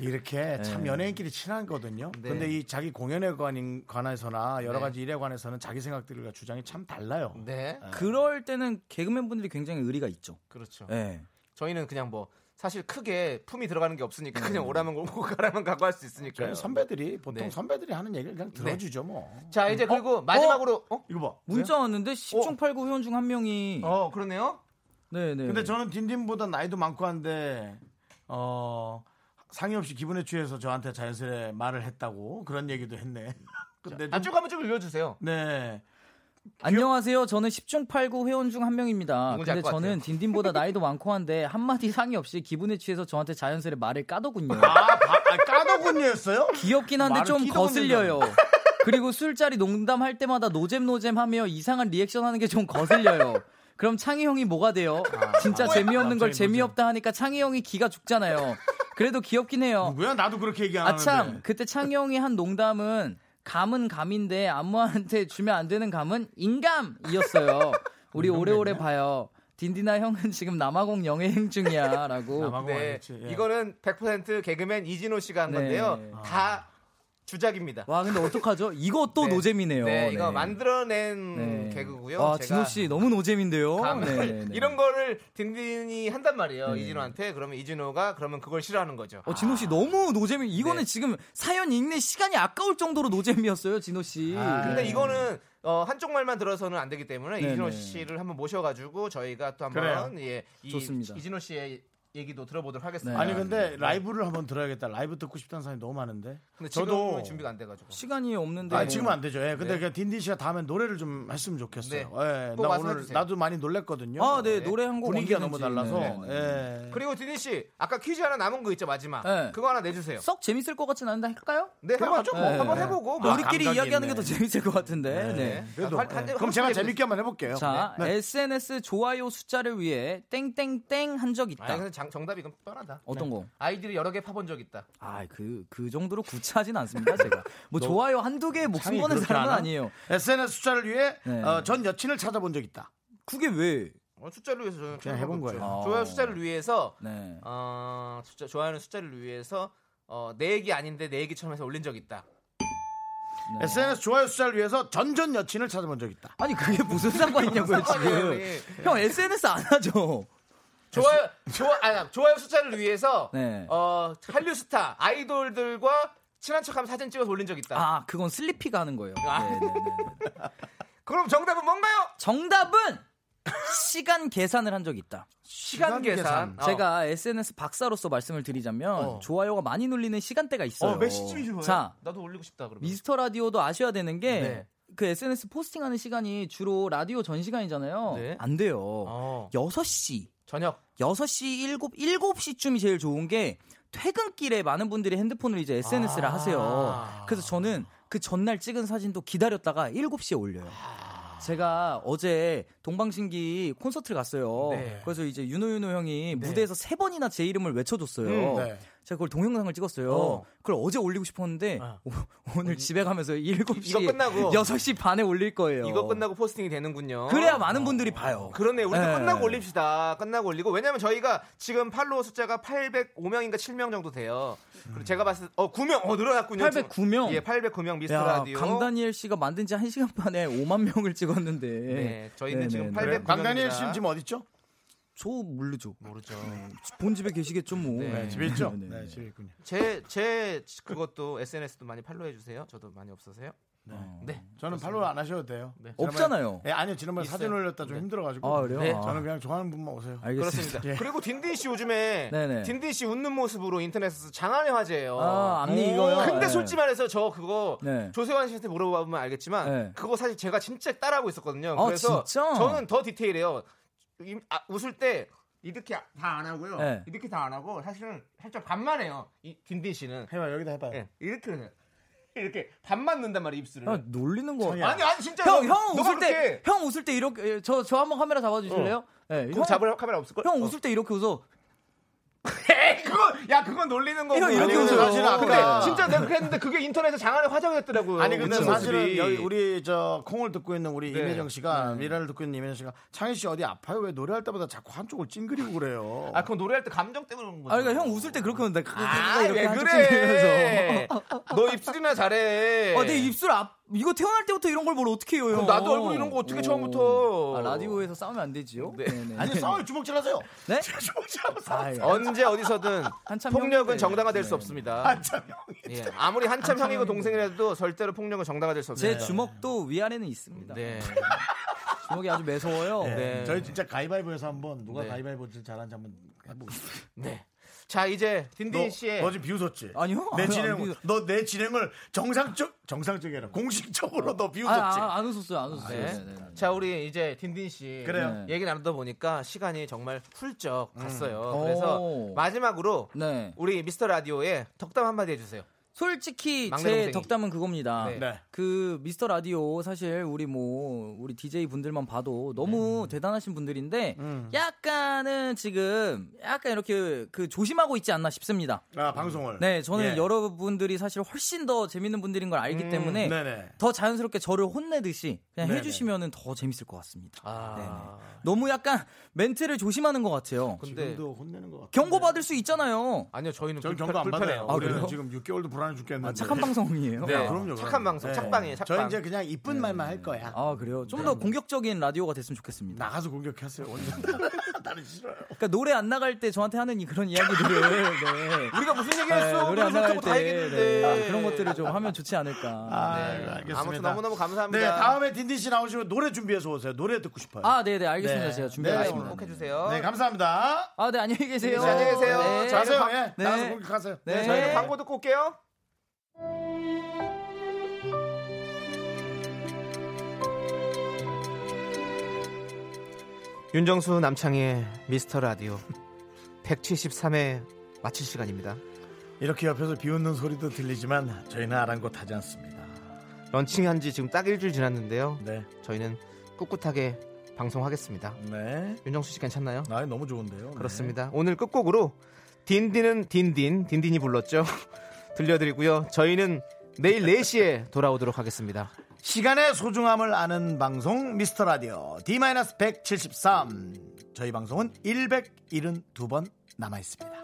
S1: 이렇게 참 연예인끼리 친한 거든요.
S2: 네.
S1: 근데 이 자기 공연에 관인- 관해서나 여러 가지 일에 관해서는 자기 생각들과 주장이 참 달라요.
S2: 네.
S10: 아, 그럴 때는 개그맨 분들이 굉장히 의리가 있죠.
S2: 그렇죠.
S10: 예.
S2: 저희는 그냥 뭐 사실 크게 품이 들어가는 게 없으니까
S10: 네.
S2: 그냥 오라면 오고 가라면 가고 할 수 있으니까요.
S1: 선배들이 보통
S2: 네.
S1: 선배들이 하는 얘기를 그냥 들어주죠 뭐.
S2: 자 이제 그리고 마지막으로 어?
S1: 이거 봐.
S10: 문자 왔는데 10중 8구 회원 중 한 명이
S2: 어 그러네요.
S10: 네네.
S1: 근데 저는 딘딘보다 나이도 많고 한데 어 상의 없이 기분에 취해서 저한테 자연스레 말을 했다고 그런 얘기도 했네. 근데 좀-
S2: 아쭉 한번 쭉 읽어주세요.
S1: 네.
S10: 안녕하세요. 저는 10중 8구 회원 중 한 명입니다.
S2: 누군지
S10: 근데
S2: 알것
S10: 저는
S2: 같아요.
S10: 딘딘보다 나이도 많고 한데 한마디 상의 없이 기분에 취해서 저한테 자연스레 말을 까더군요.
S1: 아, 바- 아, 까더군요였어요?
S10: 귀엽긴 한데
S1: 말을
S10: 좀
S1: 끼더군요.
S10: 거슬려요. 그리고 술자리 농담할 때마다 노잼노잼 하며 이상한 리액션 하는 게 좀 거슬려요. 그럼 창희 형이 뭐가 돼요? 진짜 재미없는 걸
S1: 아, 노잼.
S10: 재미없다 하니까 창희 형이 기가 죽잖아요. 그래도 귀엽긴 해요.
S1: 누구야? 나도 그렇게 얘기 안 하는데.
S10: 어. 아참 그때 창희 형이 한 농담은 감은 감인데 안무한테 주면 안 되는 감은 인감이었어요. 우리 오래오래 봐요. 딘디나 형은 지금 남아공 영해행 중이야라고.
S2: 네,
S10: 예.
S1: 예.
S2: 이거는 100% 개그맨 이진호 씨가 한
S10: 네.
S2: 건데요.
S10: 아.
S2: 다 주작입니다.
S10: 와 근데 어떡하죠? 이거 또
S2: 네.
S10: 노잼이네요.
S2: 네, 이거 만들어낸 음, 개그고요. 제가
S10: 와 네. 아, 진호 씨 너무 노잼인데요.
S2: 감을
S10: 네, 네.
S2: 이런 거를 딘딘이 한단 말이에요.
S10: 네.
S2: 이진호한테 그러면 이진호가 그러면 그걸 싫어하는 거죠.
S10: 어, 진호 씨 너무 노잼이 이거는 지금 사연 읽는 시간이 아까울 정도로 노잼이었어요, 진호 씨.
S2: 아. 근데
S10: 네.
S2: 이거는 어, 한쪽 말만 들어서는 안 되기 때문에
S10: 네네.
S2: 이진호 씨를 한번 모셔가지고 저희가 또 한번 예, 이,
S1: 좋습니다.
S2: 이진호 씨의 얘기도 들어보도록
S10: 네.
S2: 하겠습니다. 네.
S1: 아니 근데 라이브를 한번 들어야겠다. 라이브 듣고 싶다는 사람이 너무 많은데.
S2: 근데
S1: 저도
S2: 지금은 뭐 준비가 안 돼가지고.
S10: 시간이 없는데.
S1: 아, 지금 안 되죠. 예. 근데
S10: 네.
S1: 그냥 딘디 씨가 다음에 노래를 좀 했으면 좋겠어요.
S2: 네.
S1: 예.
S2: 꼭
S1: 나
S2: 와서
S1: 오늘
S2: 해주세요.
S1: 나도 많이 놀랬거든요. 예.
S10: 아, 네. 노래 한곡
S1: 분위기가 너무
S10: 언제든지.
S1: 달라서.
S10: 네,
S1: 예.
S2: 그리고 디니 씨 아까 퀴즈 하나 남은 거 있죠 마지막
S10: 네.
S2: 그거 하나 내주세요.
S10: 썩 재밌을 것 같진 않은데 할까요?
S2: 네, 해봐죠. 뭐 한번 해보고.
S10: 뭐
S2: 아,
S10: 우리끼리
S2: 감각이
S10: 이야기하는
S2: 있네.
S10: 게 더 재밌을 것 같은데. 네.
S2: 아,
S1: 그래도, 예. 그럼 제가 재밌게 한번 해볼게요.
S10: 자,
S1: 네.
S10: SNS 좋아요 숫자를 위해 땡땡땡 한 적 있다.
S2: 아니 근데 장- 정답이 이건 뻔하다.
S10: 어떤 거?
S2: 아이디를 여러 개 파본 적 있다.
S10: 아, 그, 그 정도로 구차하진 않습니다, 제가. 뭐
S1: 너-
S10: 좋아요 한두 개 목숨
S1: 창이
S10: 거는
S1: 그렇게
S10: 사람은
S1: 많아?
S10: 아니에요.
S1: SNS 숫자를 위해
S10: 네.
S1: 어, 전 여친을 찾아본 적 있다.
S10: 그게 왜?
S2: 어, 숫자를 위해서 저는
S1: 그냥 해본 거예요.
S10: 어.
S2: 좋아요 숫자를 위해서
S10: 네.
S2: 어, 숫자 좋아하는 숫자를 위해서 어, 내 얘기 아닌데 내 얘기처럼 해서 올린 적 있다.
S1: SNS 좋아요 숫자를 위해서 전전 여친을 찾아본 적 있다.
S10: 아니 그게 무슨 상관이냐고요 네.
S2: 무슨 상관이에요,
S10: 지금. 형 SNS 안 하죠.
S2: 좋아요 좋아 아 좋아요 숫자를 위해서
S10: 네.
S2: 어, 한류 스타 아이돌들과 친한 척하면 사진 찍어서 올린 적 있다.
S10: 아 그건 슬리피가 하는 거예요.
S2: 아.
S10: 네, 네, 네.
S2: 그럼 정답은 뭔가요?
S10: 정답은 시간 계산을 한 적 있다.
S2: 시간 계산. 어.
S10: 제가 SNS 박사로서 말씀을 드리자면 좋아요가 많이 눌리는 시간대가 어. 있어요.
S2: 어, 몇 시쯤이 좋아요?
S10: 자,
S2: 나도 올리고 싶다 그러면.
S10: 미스터 라디오도 아셔야 되는 게
S2: 네.
S10: 그 SNS 포스팅하는 시간이 주로 라디오 전 시간이잖아요.
S2: 네.
S10: 안 돼요.
S2: 어.
S10: 6시.
S2: 저녁.
S10: 6시, 7, 7시쯤이 제일 좋은 게 퇴근길에 많은 분들이 핸드폰을 이제 SNS를
S2: 아.
S10: 하세요. 그래서 저는 그 전날 찍은 사진도 기다렸다가 7시에 올려요. 제가 어제 동방신기 콘서트를 갔어요.
S2: 네.
S10: 그래서 이제 윤호윤호 형이 무대에서 세 번이나 제 이름을 외쳐줬어요.
S2: 음, 네.
S10: 제가 그걸 동영상을 찍었어요.
S2: 어. 아.
S10: 그걸 어제 올리고 싶었는데 오, 늘 집에 가면서 7시,
S2: 이거 끝나고.
S10: 6시 반에 올릴 거예요.
S2: 이거 끝나고 포스팅이 되는군요.
S10: 그래야 많은 분들이 봐요.
S2: 그러네. 우리도
S10: 네.
S2: 끝나고 올립시다. 끝나고 올리고. 왜냐면 저희가 지금 팔로워 숫자가 805명인가 7명 정도 돼요. 그리고 제가 봤을 때, 어, 9명. 어, 늘어났군요.
S10: 809명?
S2: 예, 809명 미스터
S10: 야,
S2: 라디오.
S10: 강다니엘 씨가 만든 지 한시간 반에 5만 명을 찍었는데.
S2: 네, 저희는 지금
S10: 네.
S2: 800
S1: 강다니엘 씨는 지금 어디 있죠?
S10: 저 모르죠.
S2: 모르죠.
S10: 본 집에 계시겠죠, 뭐.
S2: 네,
S1: 집에 있죠?
S10: 네, 네.
S1: 네, 집에 있군요.
S2: 제, 제, 그것도 SNS도 많이 팔로우 해주세요. 저도 많이 없어서요. 네.
S1: 저는 팔로우 안 하셔도 돼요.
S2: 네.
S1: 지난번에-
S10: 없잖아요.
S1: 예, 아니요. 지난번에
S2: 있어요.
S1: 사진 올렸다 좀 힘들어가지고.
S10: 아, 그래요?
S2: 네.
S1: 저는 그냥 좋아하는 분만 오세요.
S10: 알겠습니다.
S2: 그렇습니다. 그리고 딘딘 씨 요즘에
S10: 예. 네네.
S2: 딘딘 씨 웃는 모습으로 인터넷에서 장안의 화제예요.
S10: 아, 앞니
S2: 오.
S10: 이거요?
S2: 근데
S10: 네.
S2: 솔직히 말해서 저 그거
S10: 네.
S2: 조세환 씨한테 물어보면 알겠지만
S10: 네.
S2: 그거 사실 제가 진짜 따라하고 있었거든요.
S10: 아,
S2: 그래서
S10: 진짜?
S2: 저는 더 디테일해요. 이- 아, 웃을 때 이렇게 다 안 하고요.
S10: 네.
S2: 이렇게 다 안 하고 사실은 살짝 반만 해요. 이 딘딘 씨는
S1: 해봐 여기다 해봐요.
S2: 예, 이렇게 해요. 이렇게 반만 넣는단 말이에요 입술을.
S10: 야, 놀리는 거.
S2: 아니 아니 진짜
S10: 형, 형 웃을 때, 형 웃을 때 이렇게, 예, 저, 저 한번 카메라 잡아주실래요? 네,
S2: 어. 그거 잡을 카메라 없을 걸?
S10: 형 웃을 때 이렇게 웃어.
S2: 에이 그거 야 그건 놀리는 거고
S10: 이거 이렇게
S2: 아니,
S10: 웃어요.
S2: 사실은 아까-
S1: 그러니까.
S2: 근데 진짜 내가 그렇게 했는데 그게 인터넷에 장안의 화제가 됐더라고요
S1: 아니 근데
S2: 웃는
S1: 사실은
S2: 어, 모습이.
S1: 여기 우리 저 콩을 듣고 있는 우리
S2: 네.
S1: 임혜정 씨가 미라를 듣고 있는 임혜정 씨가 창희 씨 어디 아파요? 왜 노래할 때마다 자꾸 한쪽을 찡그리고 그래요?
S2: 아 그건 노래할 때 감정 때문에 그런 거죠
S10: 아, 그러니까 형 웃을 때 그렇게 웃는다.
S2: 아, 왜 네.
S10: 한쪽
S2: 그래
S10: 찡그리면서.
S2: 너 입술이나 잘해
S10: 아, 내 입술 앞, 이거 태어날 때부터 이런 걸 뭘 어떻게 해요, 형?
S2: 그럼 나도 얼굴 이런 거 어떻게 처음부터.
S10: 아, 라디오에서 싸우면 안 되지요?
S2: 네.
S10: 네네.
S1: 아니 싸워요 주먹질하세요.
S10: 네?
S1: 주먹질하고
S10: 아,
S1: 싸워요.
S10: 예.
S2: 언제 어디서든
S10: 한참
S2: 폭력은
S10: 형인데.
S2: 정당화될
S10: 네.
S2: 수 없습니다
S1: 한참 형이.
S2: 예, 아무리 한참
S10: 한참
S2: 형이고
S10: 형인데.
S2: 동생이라도 절대로 폭력은 정당화될 수
S10: 제
S2: 없습니다
S10: 주먹도 위아래는 있습니다.
S2: 네.
S10: 주먹이 아주 매서워요.
S1: 네.
S2: 네.
S1: 저희 진짜 가위바위보에서 한번 누가
S2: 네.
S1: 가위바위보를 잘하는지 한번 해보고 싶어요.
S2: 네. 자 이제 딘딘 씨의
S1: 너 지금 비웃었지?
S10: 아니요.
S1: 내
S10: 아니,
S1: 진행,
S10: 아니,
S1: 너내 진행을 정상적, 정상적이라 공식적으로 너
S10: 아,
S1: 비웃었지?
S10: 아, 안 웃었어요, 안 웃었어요.
S2: 네.
S10: 네, 네, 네.
S2: 자 우리 이제 딘딘 씨
S1: 그래요.
S2: 얘기 나누다 보니까 시간이 정말 훌쩍 갔어요.
S10: 음. 오.
S2: 그래서 마지막으로
S10: 네.
S2: 우리 미스터 라디오에 덕담 한마디 해주세요.
S10: 솔직히
S2: 막내
S10: 제
S2: 동생이.
S10: 덕담은 그겁니다.
S2: 네.
S1: 네.
S10: 그 미스터 라디오 사실 우리 뭐 우리 DJ 분들만 봐도 너무 대단하신 분들인데 약간은 지금 약간 이렇게 그 조심하고 있지 않나 싶습니다.
S1: 아, 방송을.
S10: 네, 저는
S1: 예.
S10: 여러분들이 사실 훨씬 더 재밌는 분들인 걸 알기
S1: 음,
S10: 때문에
S1: 네네.
S10: 더 자연스럽게 저를 혼내듯이 그냥
S1: 네네.
S10: 해주시면은 더 재밌을 것 같습니다.
S2: 아,
S10: 네네. 너무 약간 멘트를 조심하는 것 같아요.
S1: 지금도 혼내는 것 같아요.
S10: 경고 받을 수 있잖아요.
S2: 아니요, 저희는
S1: 저희 경고 안 받아요.
S10: 아,
S1: 우리는
S10: 그래요?
S1: 지금 6개월도 불안해 죽겠는데.
S10: 착한 방송이에요?
S1: 네,
S10: 아,
S1: 그럼요.
S10: 착한
S1: 그럼요.
S10: 방송,
S2: 네.
S10: 착방이에요, 착방.
S1: 저희 이제 그냥 이쁜 말만 할 거야.
S2: 어.
S10: 아 그래요? 좀 더 공격적인 라디오가 됐으면 좋겠습니다.
S1: 나가서 공격했어요. 완전 나는 싫어요.
S10: 그러니까 노래 안 나갈 때 저한테 하는 이 그런 이야기들을 네.
S2: 우리가 무슨 얘기했어?
S10: 노래 안 나갈
S2: 그렇다고 다
S10: 때
S2: 얘기했는데.
S10: 네. 아, 그런 것들을 좀 하면 좋지 않을까.
S1: 아이고, 네, 알겠습니다.
S2: 아무튼 너무너무 감사합니다.
S1: 네, 다음에 딘딘 씨 나오시면 노래 준비해서 오세요. 노래 듣고 싶어요.
S10: 아, 네, 네, 알겠습니다. 제가 준비하겠습니다.
S1: 오늘.
S2: 해주세요.
S1: 네, 감사합니다.
S10: 아, 네, 안녕히 계세요.
S2: 어. 네, 안녕히 계세요.
S10: 네.
S2: 자,
S1: 가세요.
S2: 네.
S1: 예. 나가서 공격하세요.
S10: 네.
S2: 저희는 광고 듣고 올게요. 윤정수 남창희의 미스터 라디오 173회 마칠 시간입니다.
S1: 이렇게 옆에서 비웃는 소리도 들리지만 저희는 아랑곳하지 않습니다.
S2: 런칭한 지 지금 딱 일주일 지났는데요.
S1: 네.
S2: 저희는 꿋꿋하게 방송하겠습니다.
S1: 네.
S2: 윤정수 씨 괜찮나요?
S1: 나이 너무 좋은데요. 네.
S2: 그렇습니다. 오늘 끝곡으로 딘딘은 딘딘, 딘딘이 불렀죠. 들려드리고요. 저희는 내일 4시에 돌아오도록 하겠습니다.
S1: 시간의 소중함을 아는 방송 미스터 라디오 D-173 저희 방송은 172번 남아 있습니다.